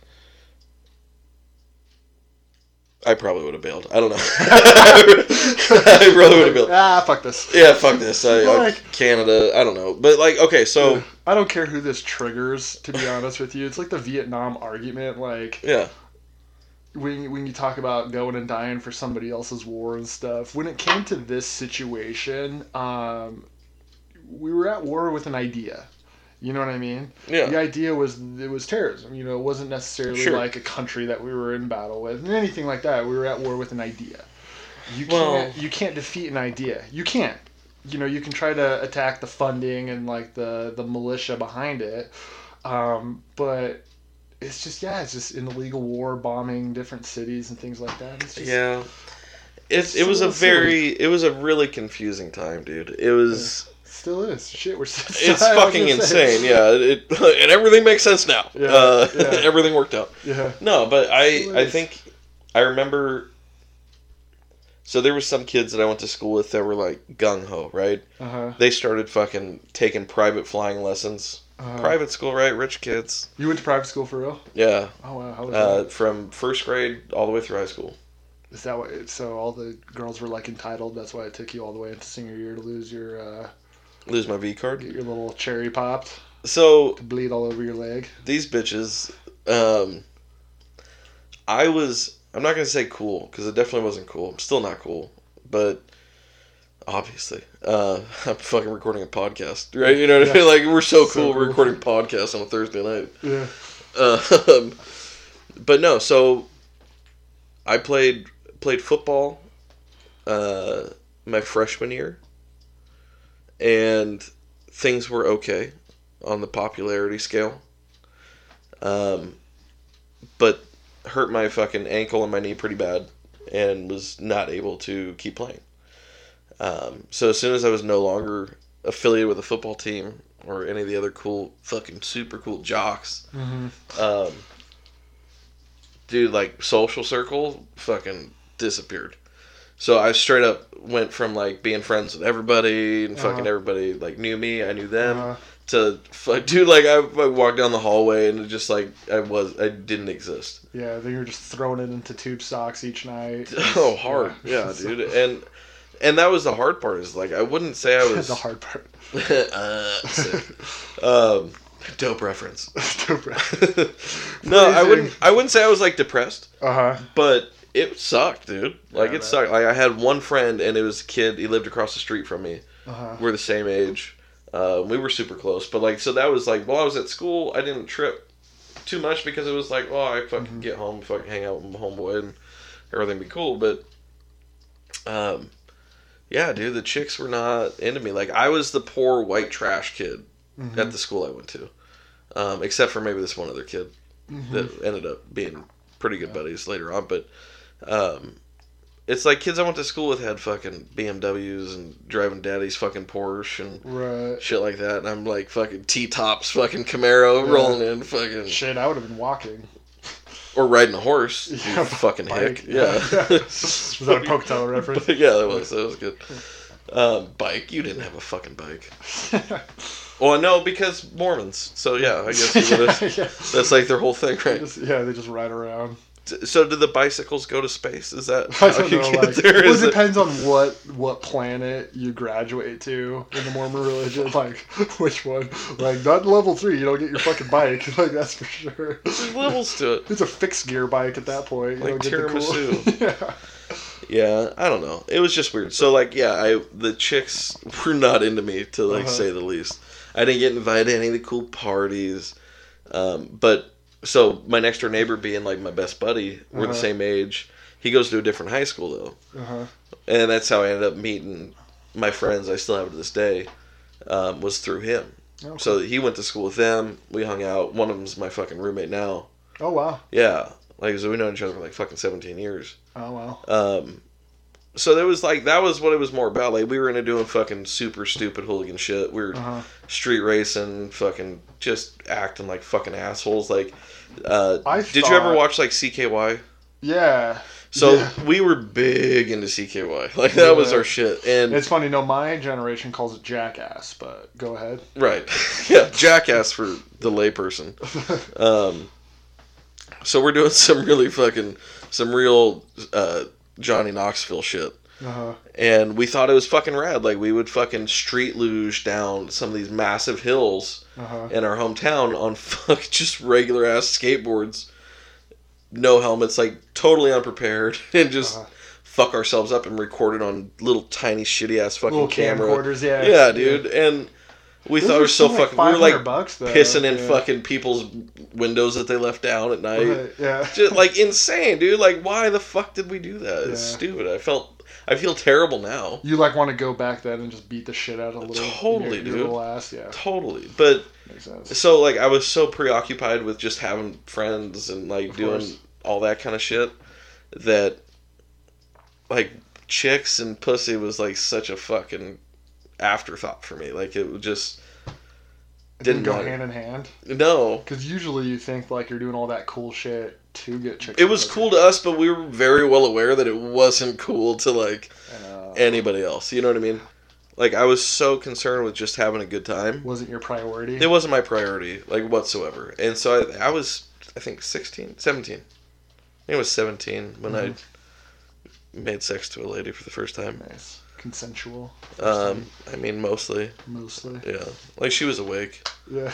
Speaker 2: I probably would have bailed. I don't know. I probably would have bailed.
Speaker 3: ah, fuck this.
Speaker 2: Yeah, fuck this. I, I,
Speaker 3: Like-
Speaker 2: Canada. I don't know, but like okay, so
Speaker 3: I don't care who this triggers. To be honest with you, it's like the Vietnam argument. Like
Speaker 2: yeah,
Speaker 3: when when you talk about going and dying for somebody else's war and stuff, when it came to this situation, um, we were at war with an idea. You know what I mean?
Speaker 2: yeah,
Speaker 3: The idea was it was terrorism. You know, it wasn't necessarily
Speaker 2: Sure.
Speaker 3: like a country that we were in battle with and anything like that. We were at war with an idea. You
Speaker 2: Well-
Speaker 3: can't you can't defeat an idea. You can't. You know, you can try to attack the funding and like the the militia behind it, um, but it's just yeah, it's just an illegal war bombing different cities and things like that. It's just,
Speaker 2: yeah. It, it was a
Speaker 3: So silly.
Speaker 2: very it was a really confusing time, dude. It was
Speaker 3: still is shit. We're so-
Speaker 2: it's
Speaker 3: I was
Speaker 2: fucking
Speaker 3: gonna say.
Speaker 2: insane. Yeah, it, and everything makes sense now.
Speaker 3: Yeah,
Speaker 2: uh,
Speaker 3: yeah.
Speaker 2: everything worked out.
Speaker 3: yeah,
Speaker 2: No, but I I
Speaker 3: Hilarious.
Speaker 2: think I remember. So there was some kids that I went to school with that were like gung ho, right?
Speaker 3: uh huh.
Speaker 2: They started fucking taking private flying lessons.
Speaker 3: Uh,
Speaker 2: Private school, right? Rich kids.
Speaker 3: you went to private school for real?
Speaker 2: Yeah,
Speaker 3: Oh wow, how was that?
Speaker 2: uh, from first grade all the way through high school.
Speaker 3: Is that what? So all the girls were like entitled. That's why it took you all the way into senior year to lose your, uh,
Speaker 2: Lose my V card.
Speaker 3: get your little cherry popped,
Speaker 2: So
Speaker 3: to bleed all over your leg.
Speaker 2: these bitches, um, I was. I'm not gonna say cool because it definitely wasn't cool. I'm still not cool, but obviously, uh, I'm fucking recording a podcast, right? You know what I
Speaker 3: Yeah.
Speaker 2: mean? Like we're so
Speaker 3: So
Speaker 2: cool. We're
Speaker 3: cool.
Speaker 2: recording podcasts on a Thursday night.
Speaker 3: Yeah.
Speaker 2: Um, but no, so I played played football uh, my freshman year, and things were okay on the popularity scale. Um, but hurt my fucking ankle and my knee pretty bad, and was not able to keep playing. Um, so as soon as I was no longer affiliated with a football team or any of the other cool fucking super cool jocks
Speaker 3: Mm-hmm.
Speaker 2: um, dude, like social circle fucking disappeared. So I straight up went from like being friends with everybody and fucking
Speaker 3: Uh-huh.
Speaker 2: everybody like knew me, I knew them
Speaker 3: Uh,
Speaker 2: to fuck, dude. Like I, I walked down the hallway and it just like I was, I didn't exist.
Speaker 3: yeah. Then you're just throwing it into tube socks each night.
Speaker 2: Oh, hard, yeah, dude, and and that was the hard part. Is like I wouldn't say I was
Speaker 3: the hard part.
Speaker 2: uh, sick. um, dope reference. no, I
Speaker 3: Amazing.
Speaker 2: wouldn't. I wouldn't say I was like depressed.
Speaker 3: uh huh.
Speaker 2: But it sucked, dude. Like
Speaker 3: Yeah, I
Speaker 2: it
Speaker 3: bet.
Speaker 2: sucked. Like I had one friend, and it was a kid. He lived across the street from me.
Speaker 3: Uh huh.
Speaker 2: We're the same age. Uh, we were super close. But like, so that was like, while I was at school, I didn't trip too much because it was like, well, I fucking get home, fucking hang out with my homeboy, and everything be cool. But, um, yeah, dude, the chicks were not into me. Like I was the poor white trash kid
Speaker 3: Mm-hmm.
Speaker 2: at the school I went to, um, except for maybe this one other kid
Speaker 3: Mm-hmm.
Speaker 2: that ended up being pretty good buddies later on. But um, it's like kids I went to school with had fucking BMWs and driving daddy's fucking Porsche and
Speaker 3: Right.
Speaker 2: shit like that, and I'm like fucking T tops, fucking Camaro
Speaker 3: Yeah.
Speaker 2: rolling in, fucking
Speaker 3: Shit, I would have been walking.
Speaker 2: or riding a horse, you
Speaker 3: Yeah,
Speaker 2: fucking
Speaker 3: bike.
Speaker 2: hick, yeah.
Speaker 3: Was that a Pocatello reference?
Speaker 2: yeah, that was that was good. Um, bike, you didn't have a fucking bike. Well, no, because Mormons. So yeah, I guess you would've-
Speaker 3: yeah.
Speaker 2: that's like their whole thing,
Speaker 3: They
Speaker 2: right?
Speaker 3: just- yeah, they just ride around.
Speaker 2: D- So do the bicycles go to space? Is that
Speaker 3: I
Speaker 2: how
Speaker 3: don't
Speaker 2: you
Speaker 3: know.
Speaker 2: get
Speaker 3: Like,
Speaker 2: there?
Speaker 3: well,
Speaker 2: Is
Speaker 3: it
Speaker 2: it-
Speaker 3: depends on what what planet you graduate to in the Mormon religion. Like which one? Like not level three. You don't get your fucking bike. Like that's for sure.
Speaker 2: There's levels to it.
Speaker 3: It's a fixed gear bike at that point. You
Speaker 2: Like
Speaker 3: don't get the
Speaker 2: tiramisu.
Speaker 3: cool... yeah.
Speaker 2: Yeah, I don't know. It was just weird. So like, yeah, I the chicks were not into me to like
Speaker 3: Uh-huh.
Speaker 2: say the least. I didn't get invited to any of the cool parties. Um, but so my next door neighbor being like my best buddy, we're the
Speaker 3: Uh-huh.
Speaker 2: same age. He goes to a different high school though,
Speaker 3: Uh-huh.
Speaker 2: and that's how I ended up meeting my friends I still have to this day. Um, was through him.
Speaker 3: Okay.
Speaker 2: So he went to school with them. We hung out. One of them's my fucking roommate now.
Speaker 3: Oh wow.
Speaker 2: Yeah, like so we know each other for like fucking seventeen years.
Speaker 3: Oh wow.
Speaker 2: Um, so there was like that was what it was more about. Like we were into doing fucking super stupid hooligan shit. We were
Speaker 3: Uh huh.
Speaker 2: street racing, fucking just acting like fucking assholes. Like, uh,
Speaker 3: I
Speaker 2: did you ever
Speaker 3: thought-
Speaker 2: watch like CKY?
Speaker 3: Yeah.
Speaker 2: So
Speaker 3: Yeah.
Speaker 2: we were big into CKY. Like that was
Speaker 3: Yeah.
Speaker 2: our shit. And
Speaker 3: It's funny. No, my generation calls it jackass, but go ahead.
Speaker 2: Right. yeah, jackass for the layperson. Um, so we're doing some really fucking some real uh, Johnny Knoxville shit,
Speaker 3: Uh huh.
Speaker 2: and we thought it was fucking rad. Like we would fucking street luge down some of these massive hills
Speaker 3: Uh huh.
Speaker 2: in our hometown on fuck just regular ass skateboards, no helmets, like totally unprepared, and just.
Speaker 3: Uh-huh.
Speaker 2: Fuck ourselves up and record it on little tiny shitty ass fucking
Speaker 3: Little
Speaker 2: camera.
Speaker 3: camcorders. Yeah.
Speaker 2: Yeah, dude, and we
Speaker 3: Those
Speaker 2: thought it was so
Speaker 3: still, like,
Speaker 2: fucking. We were
Speaker 3: 500
Speaker 2: like
Speaker 3: bucks, though.
Speaker 2: pissing in
Speaker 3: Yeah.
Speaker 2: fucking people's windows that they left down at night.
Speaker 3: Right, Yeah.
Speaker 2: Just like insane, dude. Like, why the fuck did we do that? It's
Speaker 3: Yeah.
Speaker 2: stupid. I felt. I feel terrible now.
Speaker 3: You like want to go back then and just beat the shit out of a little
Speaker 2: Totally,
Speaker 3: your,
Speaker 2: dude.
Speaker 3: your little ass. Yeah,
Speaker 2: Totally, but
Speaker 3: makes sense.
Speaker 2: so like I was so preoccupied with just having friends and like
Speaker 3: Of
Speaker 2: doing
Speaker 3: course.
Speaker 2: all that kind of shit that like chicks and pussy was like such a fucking afterthought for me. Like it was just
Speaker 3: It didn't
Speaker 2: didn't
Speaker 3: go
Speaker 2: matter.
Speaker 3: hand in hand
Speaker 2: no.
Speaker 3: because usually you think like you're doing all that cool shit to get chicks.
Speaker 2: it
Speaker 3: and
Speaker 2: was
Speaker 3: pussy.
Speaker 2: cool to us, but we were very well aware that it wasn't cool to like
Speaker 3: And, uh,
Speaker 2: anybody else. You know what I mean? Like I was so concerned with just having a good time.
Speaker 3: wasn't your priority.
Speaker 2: It wasn't my priority like whatsoever. And so I, I was I think 16, 17. I think it was 17 when
Speaker 3: Mhm.
Speaker 2: I
Speaker 3: Mm-hmm.
Speaker 2: made sex to a lady for the first time.
Speaker 3: nice, consensual
Speaker 2: Um, I mean mostly,
Speaker 3: mostly.
Speaker 2: yeah. Like she was awake.
Speaker 3: Yeah,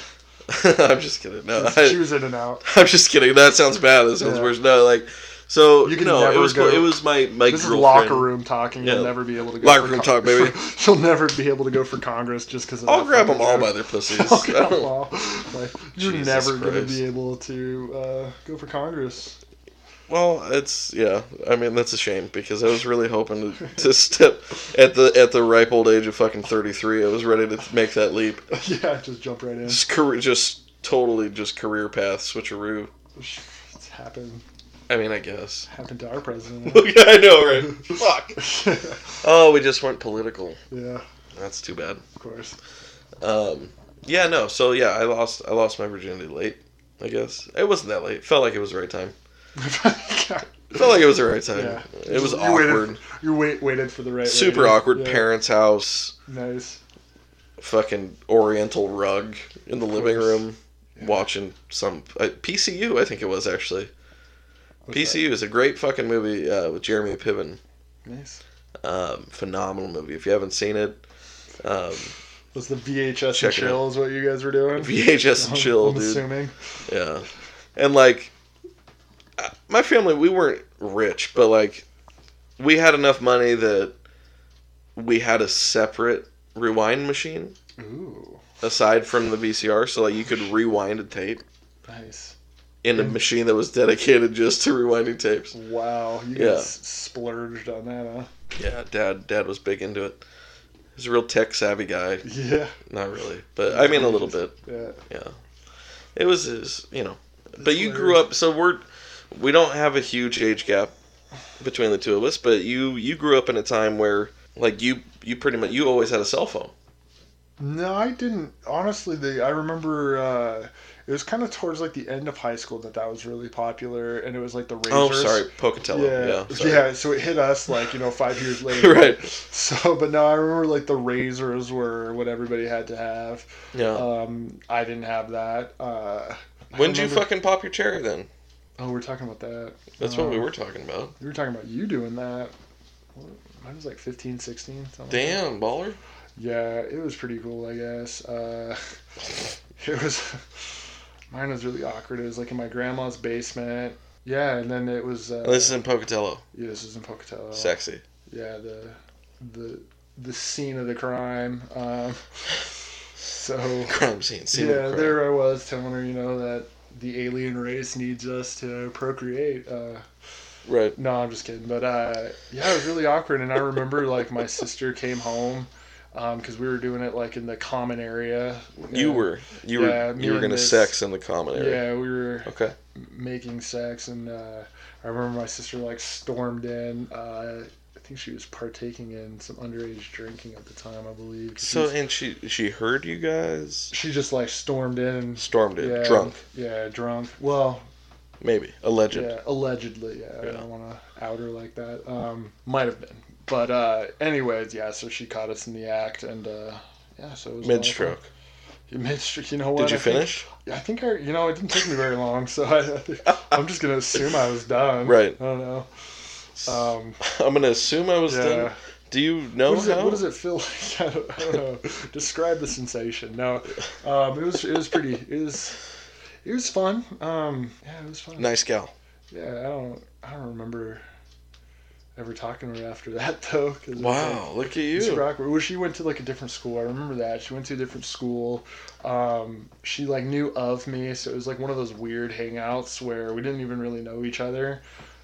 Speaker 2: I'm just kidding. No. I,
Speaker 3: she was in and out.
Speaker 2: I'm just kidding. That sounds bad. That sounds
Speaker 3: Yeah.
Speaker 2: worse. No, like so
Speaker 3: You can
Speaker 2: no, it
Speaker 3: never
Speaker 2: was
Speaker 3: go-
Speaker 2: cool. it was my my
Speaker 3: This is
Speaker 2: girlfriend.
Speaker 3: locker room talking.
Speaker 2: Yeah.
Speaker 3: You'll never be able to go
Speaker 2: Locker
Speaker 3: for
Speaker 2: room talk, baby.
Speaker 3: You'll never be able to go for Congress just because.
Speaker 2: I'll grab them all by their pussies.
Speaker 3: I'll grab 'em all. Like, you're
Speaker 2: Jesus
Speaker 3: never gonna
Speaker 2: Christ.
Speaker 3: be able to uh, go for Congress.
Speaker 2: well, it's yeah. I mean, that's a shame because I was really hoping to, to step at the at the ripe old age of fucking thirty three. I was ready to make that leap.
Speaker 3: yeah, just jump right in.
Speaker 2: Just career, just totally just career path switcheroo.
Speaker 3: It's happened
Speaker 2: I mean, I guess.
Speaker 3: happened to our president.
Speaker 2: I know, right? Fuck. Oh, we just weren't political.
Speaker 3: yeah,
Speaker 2: That's too bad.
Speaker 3: of course.
Speaker 2: Um, yeah, no. So yeah, I lost I lost my virginity late. I guess it wasn't that late. Felt like it was the right time. Felt like it was the right time.
Speaker 3: Yeah.
Speaker 2: It was
Speaker 3: You waited-
Speaker 2: awkward.
Speaker 3: you wait waited for the right.
Speaker 2: super
Speaker 3: lady.
Speaker 2: awkward.
Speaker 3: Yeah,
Speaker 2: Parents' house,
Speaker 3: Nice.
Speaker 2: fucking Oriental rug in the living
Speaker 3: course.
Speaker 2: room, watching some uh, PCU. I think it was actually
Speaker 3: What's
Speaker 2: PCU is a great fucking movie uh, with Jeremy Piven.
Speaker 3: that? Nice.
Speaker 2: Um, phenomenal movie. If you haven't seen it, um,
Speaker 3: Was the VHS
Speaker 2: Check it
Speaker 3: chill is what you guys were doing?
Speaker 2: VHS and
Speaker 3: I'm-
Speaker 2: chill,
Speaker 3: I'm
Speaker 2: dude.
Speaker 3: assuming.
Speaker 2: Yeah, and like uh, my family, we weren't rich, but like we had enough money that we had a separate rewind machine
Speaker 3: Ooh,
Speaker 2: aside from the VCR, so like you could rewind a tape
Speaker 3: nice.
Speaker 2: in a machine that was dedicated just to rewinding tapes.
Speaker 3: Wow, you
Speaker 2: Yeah.
Speaker 3: guys splurged on that, huh?
Speaker 2: Yeah, dad, dad was big into it. He's a real tech savvy guy.
Speaker 3: Yeah.
Speaker 2: Not really, but I mean a little bit.
Speaker 3: Yeah.
Speaker 2: It was his, you know. But you grew up, so we're we don't have a huge age gap between the two of us. But you you grew up in a time where like you you pretty much you always had a cell phone.
Speaker 3: No, I didn't. Honestly, the I remember uh, it was kind of towards like the end of high school that that was really popular, and it was like the Razors.
Speaker 2: Oh, sorry, Pocatello.
Speaker 3: Yeah,
Speaker 2: Yeah,
Speaker 3: yeah, Uh,
Speaker 2: sorry.
Speaker 3: So it hit us like you know five years later.
Speaker 2: Right.
Speaker 3: So, but no, I remember like the razors were what everybody had to have.
Speaker 2: yeah.
Speaker 3: Um, I didn't have that. Uh, I
Speaker 2: Oh. when would you
Speaker 3: remember-
Speaker 2: fucking pop your cherry then?
Speaker 3: Oh, we're talking about that.
Speaker 2: That's what we
Speaker 3: Uh,
Speaker 2: were talking about.
Speaker 3: We were talking about you doing that. Mine was like 15, 16. Something like that.
Speaker 2: Damn, baller.
Speaker 3: Yeah, it was pretty cool, I guess. Uh, it was. Mine was really awkward. It was like in my grandma's basement. Yeah, and then it was. Uh,
Speaker 2: This is in Pocatello.
Speaker 3: yeah, this is in Pocatello.
Speaker 2: Sexy.
Speaker 3: Yeah, the the the scene of the crime. Um, so
Speaker 2: Crime scene. scene of
Speaker 3: yeah,
Speaker 2: crime.
Speaker 3: there I was telling her, you know, that the alien race needs us to procreate. Uh,
Speaker 2: Right.
Speaker 3: no, I'm just kidding. But uh, yeah, it was really awkward, and I remember like my sister came home. because we were doing it like in the common area.
Speaker 2: You
Speaker 3: Yeah.
Speaker 2: were you
Speaker 3: Yeah,
Speaker 2: were
Speaker 3: me
Speaker 2: you were
Speaker 3: and
Speaker 2: gonna
Speaker 3: this-
Speaker 2: sex in the common area.
Speaker 3: Yeah, we were
Speaker 2: Okay.
Speaker 3: making sex, and uh, I remember my sister like stormed in. Uh, I think she was partaking in some underage drinking at the time, I believe. She
Speaker 2: So
Speaker 3: was-
Speaker 2: and she she heard you guys
Speaker 3: she just like stormed in, and-
Speaker 2: stormed it
Speaker 3: yeah,
Speaker 2: drunk
Speaker 3: yeah, drunk. Well,
Speaker 2: maybe alleged.
Speaker 3: yeah, allegedly, yeah. I
Speaker 2: Yeah.
Speaker 3: don't want to out her like that. Um, might have been, but uh, anyways, yeah. So she caught us in the act, and uh, yeah, so it was a lot
Speaker 2: Mid
Speaker 3: of fun.
Speaker 2: stroke.
Speaker 3: Mid-stroke. You know what?
Speaker 2: Did you
Speaker 3: I think-
Speaker 2: finish?
Speaker 3: I think I, you know, it didn't take me very long, so I, I'm just gonna assume I was done.
Speaker 2: Right.
Speaker 3: I don't know. Um,
Speaker 2: I'm gonna assume I was
Speaker 3: yeah.
Speaker 2: done. Do you know
Speaker 3: What does, it,
Speaker 2: how?
Speaker 3: what does it feel like? I don't, I don't know. Describe the sensation. No, um, it was it was pretty. It was it was fun. Um, yeah, it was fun.
Speaker 2: Nice gal.
Speaker 3: Yeah, I don't I don't remember ever talking to her after that though. 'cause it was like-
Speaker 2: Wow, look at
Speaker 3: It's
Speaker 2: you.
Speaker 3: rock- Well, she went to like a different school. I remember that. She went to a different school. Um, she like knew of me, so it was like one of those weird hangouts where we didn't even really know each other.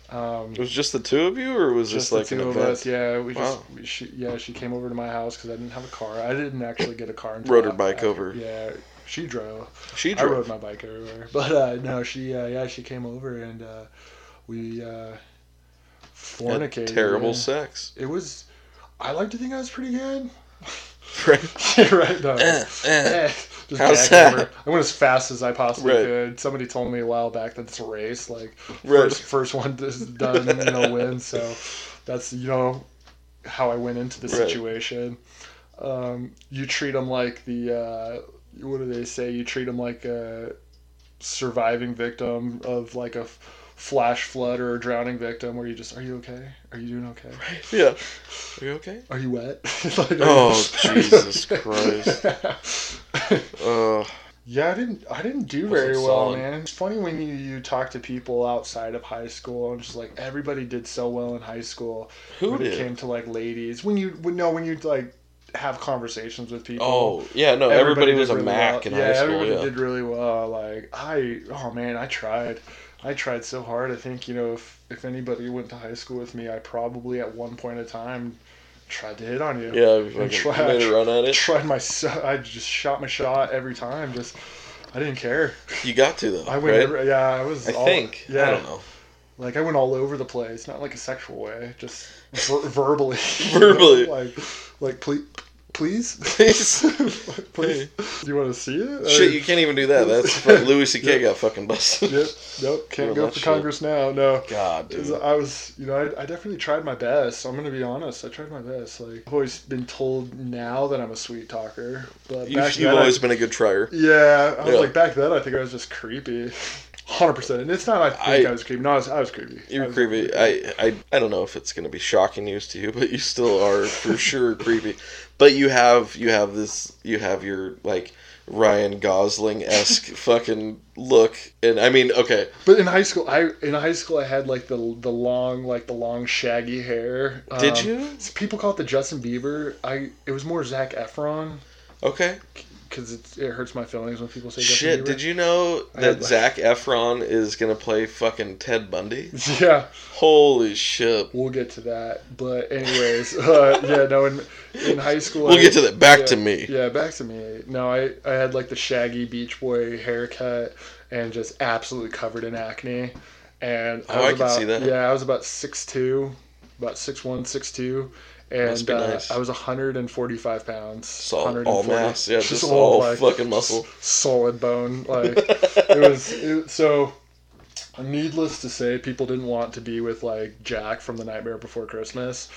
Speaker 3: Um,
Speaker 2: It was just the two of you, or was
Speaker 3: just
Speaker 2: this
Speaker 3: the
Speaker 2: like an
Speaker 3: two of
Speaker 2: event?
Speaker 3: us. Yeah, we
Speaker 2: Wow.
Speaker 3: just we, she yeah she came over to my house because I didn't have a car. I didn't actually get a car. Until
Speaker 2: Rode her
Speaker 3: I-
Speaker 2: bike
Speaker 3: after-
Speaker 2: over.
Speaker 3: Yeah, she drove.
Speaker 2: She
Speaker 3: I rode
Speaker 2: drove.
Speaker 3: my bike everywhere. But uh, no, she uh, yeah she came over and uh, we uh,
Speaker 2: Had
Speaker 3: fornicated.
Speaker 2: terrible
Speaker 3: yeah.
Speaker 2: sex.
Speaker 3: It was. I like to think I was pretty good.
Speaker 2: Right.
Speaker 3: right now.
Speaker 2: Eh, eh.
Speaker 3: Just
Speaker 2: How's
Speaker 3: back
Speaker 2: that?
Speaker 3: over. I went as fast as I possibly
Speaker 2: Right.
Speaker 3: could. Somebody told me a while back that it's a race, like
Speaker 2: Right.
Speaker 3: first first one is done, you know, wins. So that's you know how I went into the
Speaker 2: Right.
Speaker 3: situation. Um, you treat them like the uh, what do they say? You treat them like a surviving victim of like a f- flash flood or a drowning victim, where you just are you okay? Are you doing okay?
Speaker 2: Yeah. Are you okay?
Speaker 3: Are you wet? Like, are
Speaker 2: Oh,
Speaker 3: you- are you
Speaker 2: Jesus
Speaker 3: okay?
Speaker 2: Oh,
Speaker 3: yeah, I didn't. I didn't do
Speaker 2: Wasn't
Speaker 3: very well,
Speaker 2: solid.
Speaker 3: man. It's funny when you you talk to people outside of high school and just like everybody did so well in high school.
Speaker 2: who
Speaker 3: when it
Speaker 2: did?
Speaker 3: came to like ladies, when you when no when you like have conversations with people.
Speaker 2: Oh, yeah. No, everybody, was
Speaker 3: did
Speaker 2: a
Speaker 3: really
Speaker 2: Mac
Speaker 3: well.
Speaker 2: in high school.
Speaker 3: everybody
Speaker 2: yeah.
Speaker 3: did really well. Like I, oh man, I tried. I tried so hard. I think you know if if anybody went to high school with me, I probably at one point in time tried to hit on you.
Speaker 2: Yeah, we fucking
Speaker 3: tried-
Speaker 2: made a run at
Speaker 3: I
Speaker 2: it.
Speaker 3: tried my. so- I just shot my shot every time. Just I didn't care.
Speaker 2: You got to though,
Speaker 3: I went.
Speaker 2: right?
Speaker 3: every- yeah, I was.
Speaker 2: I
Speaker 3: all,
Speaker 2: think.
Speaker 3: Yeah,
Speaker 2: I don't know.
Speaker 3: like I went all over the place. Not like a sexual way, just ver- verbally.
Speaker 2: Verbally.
Speaker 3: like, like please, please,
Speaker 2: Please.
Speaker 3: please. Do you want to see it?
Speaker 2: Shit, you can't even do that. That's but Louis C.K. got fucking busted.
Speaker 3: Yep. Nope. Can't
Speaker 2: Doing
Speaker 3: go
Speaker 2: that
Speaker 3: for
Speaker 2: shit.
Speaker 3: Congress now. No.
Speaker 2: God,
Speaker 3: 'Cause
Speaker 2: dude.
Speaker 3: I was, you know, I, I definitely tried my best. I'm gonna be honest. I tried my best. Like I've always been told now that I'm a sweet talker, but
Speaker 2: You,
Speaker 3: back
Speaker 2: you've
Speaker 3: then I-
Speaker 2: always been a good trier.
Speaker 3: Yeah, I was
Speaker 2: Yeah.
Speaker 3: like back then. I think I was just creepy, hundred percent. And it's not. I think I,
Speaker 2: I-
Speaker 3: was creepy. No, I was, I was creepy. I
Speaker 2: You're
Speaker 3: was-
Speaker 2: creepy. I, I I don't know if it's gonna be shocking news to you, but you still are for sure creepy. But you have you have this you have your like Ryan Gosling esque fucking look, and I mean, okay,
Speaker 3: But in high school, I in high school I had like the the long like the long shaggy hair.
Speaker 2: did
Speaker 3: Um,
Speaker 2: you?
Speaker 3: People call it the Justin Bieber. I it was more Zach Efron
Speaker 2: Okay,
Speaker 3: because it, it hurts my feelings when people say Justin
Speaker 2: shit.
Speaker 3: Bieber.
Speaker 2: Did you know
Speaker 3: I
Speaker 2: that
Speaker 3: had-
Speaker 2: Zach Efron is gonna play fucking Ted Bundy?
Speaker 3: Yeah,
Speaker 2: Holy shit.
Speaker 3: we'll get to that. But anyways, uh, yeah, no, in in high school
Speaker 2: We'll
Speaker 3: I-
Speaker 2: get to that. Back to
Speaker 3: yeah,
Speaker 2: me.
Speaker 3: Yeah, back to me. No, I I had like the shaggy Beach Boy haircut and just absolutely covered in acne. And I
Speaker 2: Oh,
Speaker 3: was
Speaker 2: I can
Speaker 3: about
Speaker 2: see that.
Speaker 3: yeah, I was about six two, about six one, six two. And
Speaker 2: Must be
Speaker 3: uh,
Speaker 2: nice.
Speaker 3: I was 145 pounds.
Speaker 2: Solid, all
Speaker 3: 140.
Speaker 2: mass, yeah, just all fucking muscle.
Speaker 3: Solid bone. Like, it was it, so needless to say people didn't want to be with like jack from the nightmare before christmas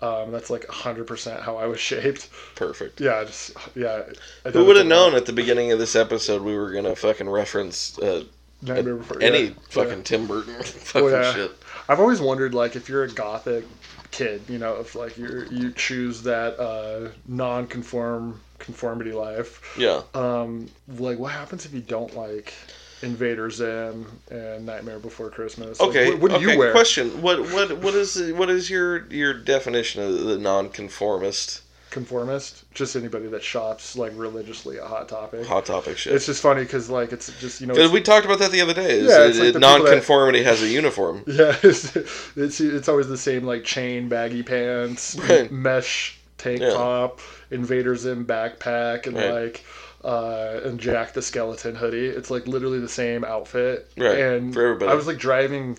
Speaker 3: um, that's like 100% how i was shaped
Speaker 2: Perfect.
Speaker 3: yeah I just yeah I
Speaker 2: Who would have known at the beginning of this episode we were gonna fucking reference uh,
Speaker 3: nightmare before
Speaker 2: any
Speaker 3: yeah,
Speaker 2: fucking
Speaker 3: yeah.
Speaker 2: Tim Burton fucking
Speaker 3: yeah.
Speaker 2: shit?
Speaker 3: i've always wondered like if you're a gothic kid you know if like you you choose that uh non-conform conformity life
Speaker 2: Yeah,
Speaker 3: um like what happens if you don't like invader zim and nightmare before christmas Like,
Speaker 2: Okay.
Speaker 3: what, what do
Speaker 2: okay,
Speaker 3: you wear
Speaker 2: Question: What what what is what is your your definition of the nonconformist
Speaker 3: conformist, just anybody that shops like religiously at Hot Topic.
Speaker 2: hot topic shit?
Speaker 3: It's just funny because like it's just you know
Speaker 2: 'Cause
Speaker 3: it's,
Speaker 2: we talked about that the other day. Is
Speaker 3: Yeah, it's
Speaker 2: it-
Speaker 3: like
Speaker 2: it-
Speaker 3: the people that-
Speaker 2: nonconformity has a uniform.
Speaker 3: yeah, it's, it's it's always the same like chain baggy pants,
Speaker 2: Right.
Speaker 3: mesh tank
Speaker 2: Yeah.
Speaker 3: top, Invader Zim backpack, and
Speaker 2: Right.
Speaker 3: like uh, and Jack the Skeleton hoodie. It's like literally the same outfit.
Speaker 2: Right,
Speaker 3: And
Speaker 2: for everybody.
Speaker 3: I was like driving.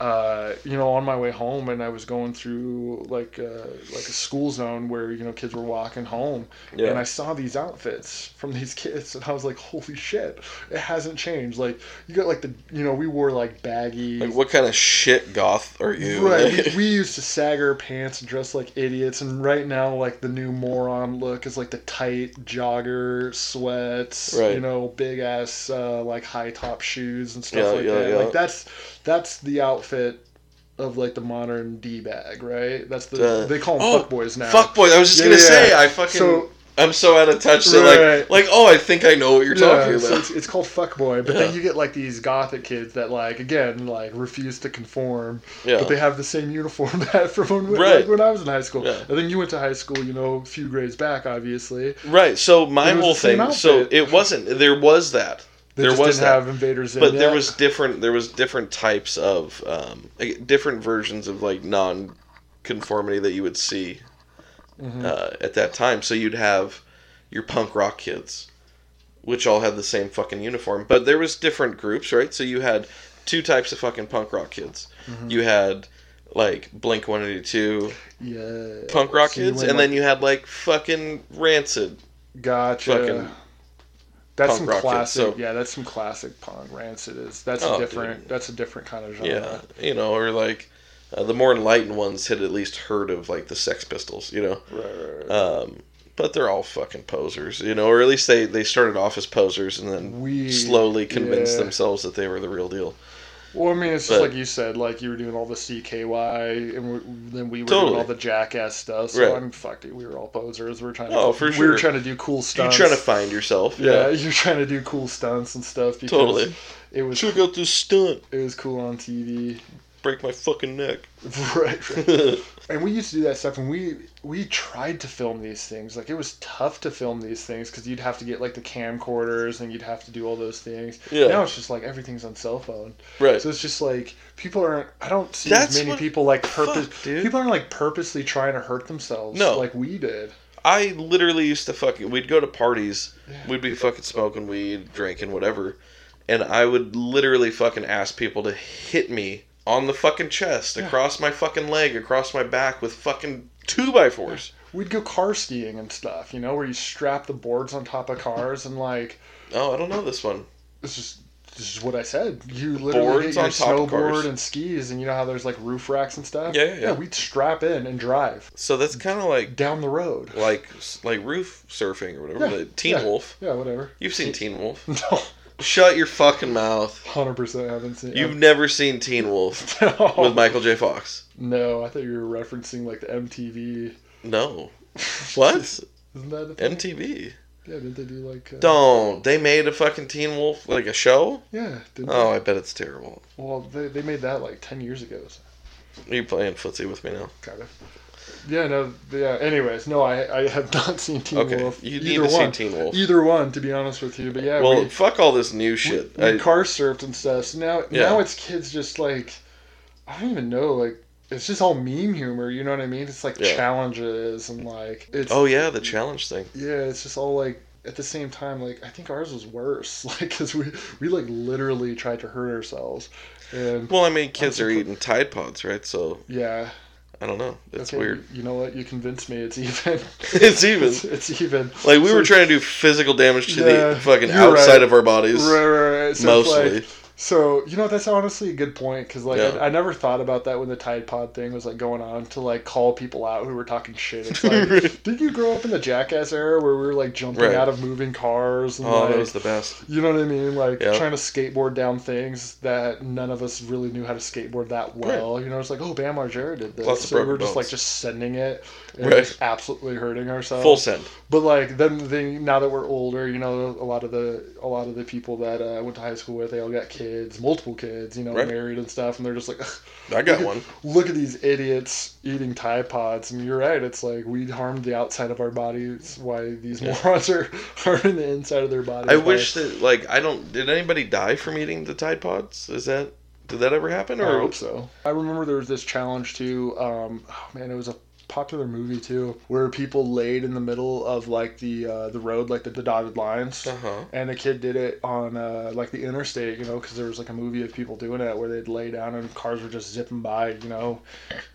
Speaker 3: Uh, you know, on my way home, and I was going through like uh, like a school zone where you know kids were walking home,
Speaker 2: Yeah.
Speaker 3: and I saw these outfits from these kids, and I was like, "Holy shit! It hasn't changed." Like you got like the you know we wore like baggy,
Speaker 2: Like, what kind of shit goth are you?
Speaker 3: Right. we, we used to sag our pants and dress like idiots, and right now, like the new moron look is like the tight jogger sweats,
Speaker 2: Right.
Speaker 3: you know, big ass uh, like high top shoes and stuff
Speaker 2: Yeah,
Speaker 3: like
Speaker 2: yeah,
Speaker 3: that.
Speaker 2: yeah.
Speaker 3: Like that's that's the outfit of like the modern d bag, right? That's the
Speaker 2: Uh,
Speaker 3: they call them
Speaker 2: oh,
Speaker 3: fuckboys now.
Speaker 2: Fuck boy, I was just
Speaker 3: Yeah,
Speaker 2: gonna
Speaker 3: yeah.
Speaker 2: say I fucking
Speaker 3: So-
Speaker 2: I'm so out of touch that
Speaker 3: Right.
Speaker 2: like like oh I think I know what you're talking
Speaker 3: Yeah, so
Speaker 2: about.
Speaker 3: it's, it's called fuckboy, but
Speaker 2: Yeah.
Speaker 3: then you get like these gothic kids that like again like refuse to conform,
Speaker 2: Yeah.
Speaker 3: but they have the same uniform that from when, like,
Speaker 2: Right.
Speaker 3: when I was in high school.
Speaker 2: Yeah.
Speaker 3: And then you went to high school, you know, a few grades back, obviously.
Speaker 2: right. So my
Speaker 3: It was
Speaker 2: whole
Speaker 3: the same
Speaker 2: thing. So
Speaker 3: outfit.
Speaker 2: it wasn't. There was that.
Speaker 3: They
Speaker 2: there
Speaker 3: just
Speaker 2: was
Speaker 3: didn't
Speaker 2: that.
Speaker 3: have invaders in
Speaker 2: but there
Speaker 3: yet.
Speaker 2: was different. There was different types of um, like, different versions of like non-conformity that you would see
Speaker 3: Mm-hmm. Hmm.
Speaker 2: uh, at that time. So you'd have your punk rock kids, which all had the same fucking uniform. But there was different groups, right? So you had two types of fucking punk rock kids.
Speaker 3: Mm-hmm.
Speaker 2: You had like Blink One Eighty Two
Speaker 3: yeah.
Speaker 2: punk rock
Speaker 3: So you
Speaker 2: kids,
Speaker 3: went,
Speaker 2: and then you had like fucking Rancid.
Speaker 3: Gotcha.
Speaker 2: fucking
Speaker 3: that's
Speaker 2: punk
Speaker 3: some
Speaker 2: rock kids,
Speaker 3: classic.
Speaker 2: so-
Speaker 3: Yeah, that's some classic punk. Rancid is. That's
Speaker 2: Oh,
Speaker 3: a
Speaker 2: dude.
Speaker 3: different. That's a different kind of genre.
Speaker 2: Yeah, you know, or like uh, the more enlightened ones had at least heard of like the Sex Pistols, you know.
Speaker 3: Right, right, right.
Speaker 2: Um, but they're all fucking posers, you know, or at least they they started off as posers and then
Speaker 3: We-
Speaker 2: slowly convinced
Speaker 3: yeah.
Speaker 2: themselves that they were the real deal.
Speaker 3: Well, I mean, it's just
Speaker 2: But-
Speaker 3: like you said, like you were doing all the CKY, and we, then we were
Speaker 2: Totally.
Speaker 3: doing all the jackass stuff. So
Speaker 2: Right.
Speaker 3: I'm fuck dude, We were all posers. We were trying. To,
Speaker 2: Oh, for
Speaker 3: We were
Speaker 2: sure.
Speaker 3: trying to do cool
Speaker 2: You're
Speaker 3: stunts.
Speaker 2: trying to find yourself.
Speaker 3: yeah,
Speaker 2: Yeah,
Speaker 3: you're trying to do cool stunts and stuff. Because
Speaker 2: Totally.
Speaker 3: It was
Speaker 2: check out this stunt.
Speaker 3: it was cool on TV.
Speaker 2: Break my fucking neck.
Speaker 3: right, right. And we used to do that stuff, and we we tried to film these things. Like it was tough to film these things because you'd have to get like the camcorders, and you'd have to do all those things.
Speaker 2: Yeah.
Speaker 3: Now it's just like everything's on cell phone.
Speaker 2: right.
Speaker 3: So it's just like people aren't. I don't see
Speaker 2: That's
Speaker 3: as many
Speaker 2: what-
Speaker 3: people like purpose.
Speaker 2: Fuck, dude.
Speaker 3: people aren't like purposely trying to hurt themselves.
Speaker 2: No.
Speaker 3: like we did.
Speaker 2: I literally used to fucking. We'd go to parties. We'd be fucking smoking weed, drinking, whatever. And I would literally fucking ask people to hit me on the fucking chest, across my fucking leg, across my back with fucking two by fours.
Speaker 3: We'd go car skiing and stuff. You know, where you strap the boards on top of cars and like
Speaker 2: Oh, I don't know this one.
Speaker 3: this is this is what I said. You literally
Speaker 2: Boards
Speaker 3: get your
Speaker 2: on top of cars.
Speaker 3: snowboard and skis, and you know how there's like roof racks and stuff.
Speaker 2: Yeah, yeah, yeah.
Speaker 3: we'd strap in and drive
Speaker 2: So that's kind of like
Speaker 3: down the road.
Speaker 2: like like roof surfing or whatever.
Speaker 3: Yeah,
Speaker 2: the Teen
Speaker 3: yeah.
Speaker 2: Wolf.
Speaker 3: Yeah, whatever.
Speaker 2: You've seen Teen Wolf.
Speaker 3: No,
Speaker 2: Shut your fucking mouth.
Speaker 3: hundred percent haven't seen.
Speaker 2: You've never seen Teen Wolf
Speaker 3: no.
Speaker 2: with Michael J. Fox.
Speaker 3: no, I thought you were referencing like the MTV.
Speaker 2: No. What?
Speaker 3: Isn't that a thing?
Speaker 2: MTV.
Speaker 3: Yeah, didn't they do like? Uh,
Speaker 2: Don't. They made a fucking Teen Wolf like a show?
Speaker 3: Yeah, didn't
Speaker 2: Oh, I bet it's terrible.
Speaker 3: they? Well, they, they made that like ten years ago. So
Speaker 2: Are you playing footsie with me now?
Speaker 3: kind of. Yeah, no, yeah. Anyways, no, I, I have not seen Teen
Speaker 2: Okay,
Speaker 3: Wolf.
Speaker 2: you
Speaker 3: either
Speaker 2: need to see
Speaker 3: one,
Speaker 2: Teen Wolf.
Speaker 3: Either one, to be honest with you. But yeah,
Speaker 2: Well,
Speaker 3: we-
Speaker 2: fuck all this new shit.
Speaker 3: we
Speaker 2: I-
Speaker 3: car surfed and stuff. So now,
Speaker 2: Yeah.
Speaker 3: now it's kids just like, I don't even know. Like, it's just all meme humor. You know what I mean? It's like
Speaker 2: Yeah.
Speaker 3: challenges and like it's.
Speaker 2: oh yeah, the challenge thing.
Speaker 3: Yeah, it's just all like at the same time. Like I think ours was worse. Like because we we like literally tried to hurt ourselves, and
Speaker 2: Well, I mean, kids are eating Tide Pods, right? So
Speaker 3: yeah.
Speaker 2: I don't know. It's
Speaker 3: okay,
Speaker 2: weird.
Speaker 3: You know what? You convinced me. It's even.
Speaker 2: It's even.
Speaker 3: It's, it's even.
Speaker 2: Like we
Speaker 3: So-
Speaker 2: were trying to do physical damage to
Speaker 3: Yeah,
Speaker 2: the fucking
Speaker 3: you're right.
Speaker 2: outside of our bodies.
Speaker 3: Right, right, right. So
Speaker 2: mostly.
Speaker 3: It's like, so you know that's honestly a good point because like
Speaker 2: Yeah.
Speaker 3: I, I never thought about that when the Tide Pod thing was like going on to like call people out who were talking shit. It's like, did you grow up in the Jackass era where we were like jumping
Speaker 2: Right.
Speaker 3: out of moving cars and
Speaker 2: Oh,
Speaker 3: like
Speaker 2: that was the best.
Speaker 3: You know what I mean? Like
Speaker 2: Yeah.
Speaker 3: trying to skateboard down things that none of us really knew how to skateboard that well. You know, it's like, oh, Bam Margera did this.
Speaker 2: Lots of
Speaker 3: so we
Speaker 2: broken
Speaker 3: were just
Speaker 2: bones.
Speaker 3: like just sending it and
Speaker 2: Right.
Speaker 3: just absolutely hurting ourselves.
Speaker 2: Full send.
Speaker 3: But like then the now that we're older, you know, a lot of the a lot of the people that uh, I went to high school with, they all got kids, multiple kids, you know,
Speaker 2: Right.
Speaker 3: married and stuff, and they're just like, "Ugh,
Speaker 2: I got one.
Speaker 3: look at these idiots eating Tide Pods. And you're right, it's like we harmed the outside of our bodies. Why these morons are harming the inside of their bodies?
Speaker 2: I
Speaker 3: by-
Speaker 2: wish that like I don't. Did anybody die from eating the Tide Pods? Is that did that ever happen?
Speaker 3: I
Speaker 2: Or
Speaker 3: hope so. I remember there was this challenge too. Um, oh man, it was a popular movie too, where people laid in the middle of like the uh, the road, like the, the dotted lines,
Speaker 2: Uh huh.
Speaker 3: and a kid did it on uh, like the interstate, you know, because there was like a movie of people doing it where they'd lay down and cars were just zipping by, you know,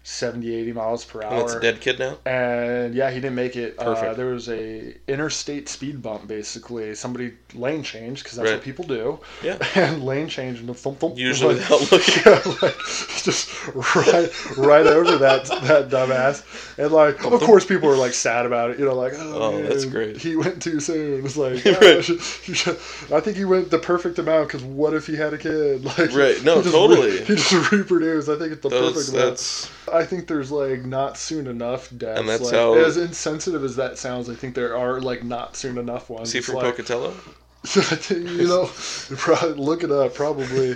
Speaker 3: 70, 80 miles per hour.
Speaker 2: And it's a dead kid now.
Speaker 3: And yeah, he didn't make it. Uh,
Speaker 2: Perfect.
Speaker 3: there was a interstate speed bump, basically. Somebody lane changed because that's
Speaker 2: Right.
Speaker 3: what people do.
Speaker 2: Yeah.
Speaker 3: And lane change and thump, thump,
Speaker 2: Usually
Speaker 3: like,
Speaker 2: without looking.
Speaker 3: yeah, like, just right, right over that that dumbass. And like, of course, people were like sad about it. You know, like, oh,
Speaker 2: Oh, that's
Speaker 3: man,
Speaker 2: great.
Speaker 3: He went too soon. It's like, "Oh,
Speaker 2: Right.
Speaker 3: gosh, I think he went the perfect amount because what if he had a kid? Like,
Speaker 2: Right, no,
Speaker 3: he just
Speaker 2: totally.
Speaker 3: he just reproduced. I think it's the
Speaker 2: Those, uh,
Speaker 3: perfect amount.
Speaker 2: that's
Speaker 3: I think there's like not soon enough deaths.
Speaker 2: And that's
Speaker 3: like,
Speaker 2: how-
Speaker 3: as insensitive as that sounds, I think there are like not soon enough ones.
Speaker 2: see
Speaker 3: It's
Speaker 2: from
Speaker 3: like,
Speaker 2: Pocatello.
Speaker 3: you know, probably, look it up. Probably.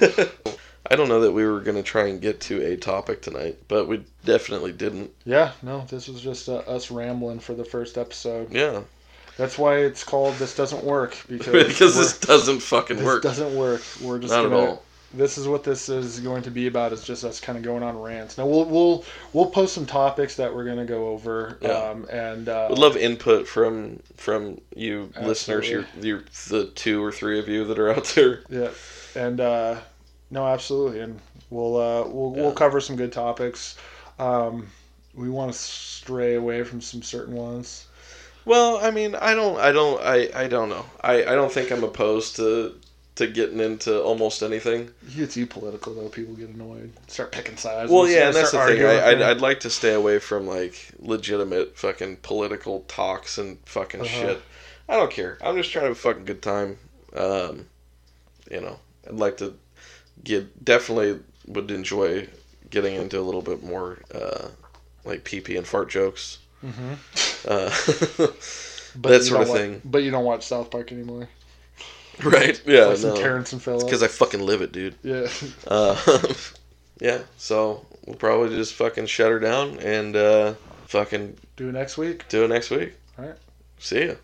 Speaker 2: I don't know that we were gonna try and get to a topic tonight, but we definitely didn't.
Speaker 3: yeah. No, this was just uh, us rambling for the first episode.
Speaker 2: Yeah,
Speaker 3: That's why it's called "This Doesn't Work" because
Speaker 2: because
Speaker 3: we're-
Speaker 2: this doesn't fucking
Speaker 3: this
Speaker 2: work.
Speaker 3: doesn't work. We're just
Speaker 2: Not at
Speaker 3: gonna-
Speaker 2: all.
Speaker 3: This is what this is going to be about. Is just us kind of going on rants. Now we'll we'll we'll post some topics that we're gonna go over.
Speaker 2: Yeah.
Speaker 3: Um, and uh,
Speaker 2: Would love input from from you listeners, your
Speaker 3: Absolutely.
Speaker 2: your the two or three of you that are out there.
Speaker 3: Yeah, and uh, no, absolutely, and we'll uh, we'll we'll
Speaker 2: Yeah.
Speaker 3: cover some good topics. Um, we want to stray away from some certain ones.
Speaker 2: Well, I mean, I don't, I don't, I, I don't know. I, I don't think I'm opposed to to getting into almost anything.
Speaker 3: It gets you political though. People get annoyed, start picking sides.
Speaker 2: Well, yeah, and that's the
Speaker 3: start
Speaker 2: thing.
Speaker 3: arguing
Speaker 2: I, I'd,
Speaker 3: with
Speaker 2: I'd like to stay away from like legitimate fucking political talks and fucking
Speaker 3: Uh-huh.
Speaker 2: shit. I don't care. I'm just trying to have a fucking good time. Um, you know, I'd like to get definitely would enjoy getting into a little bit more uh, like pee pee and fart jokes.
Speaker 3: them. Mhm.
Speaker 2: Uh,
Speaker 3: But
Speaker 2: that
Speaker 3: you
Speaker 2: sort
Speaker 3: don't
Speaker 2: of
Speaker 3: wa-
Speaker 2: thing.
Speaker 3: But you don't watch South Park anymore.
Speaker 2: right? Yeah,
Speaker 3: like some
Speaker 2: Uh, no,
Speaker 3: Terrence and Phillips.
Speaker 2: because I fucking live it, dude.
Speaker 3: yeah,
Speaker 2: Uh, yeah, so we'll probably just fucking shut her down and uh, fucking
Speaker 3: do it next week.
Speaker 2: do it next week.
Speaker 3: All right.
Speaker 2: See ya.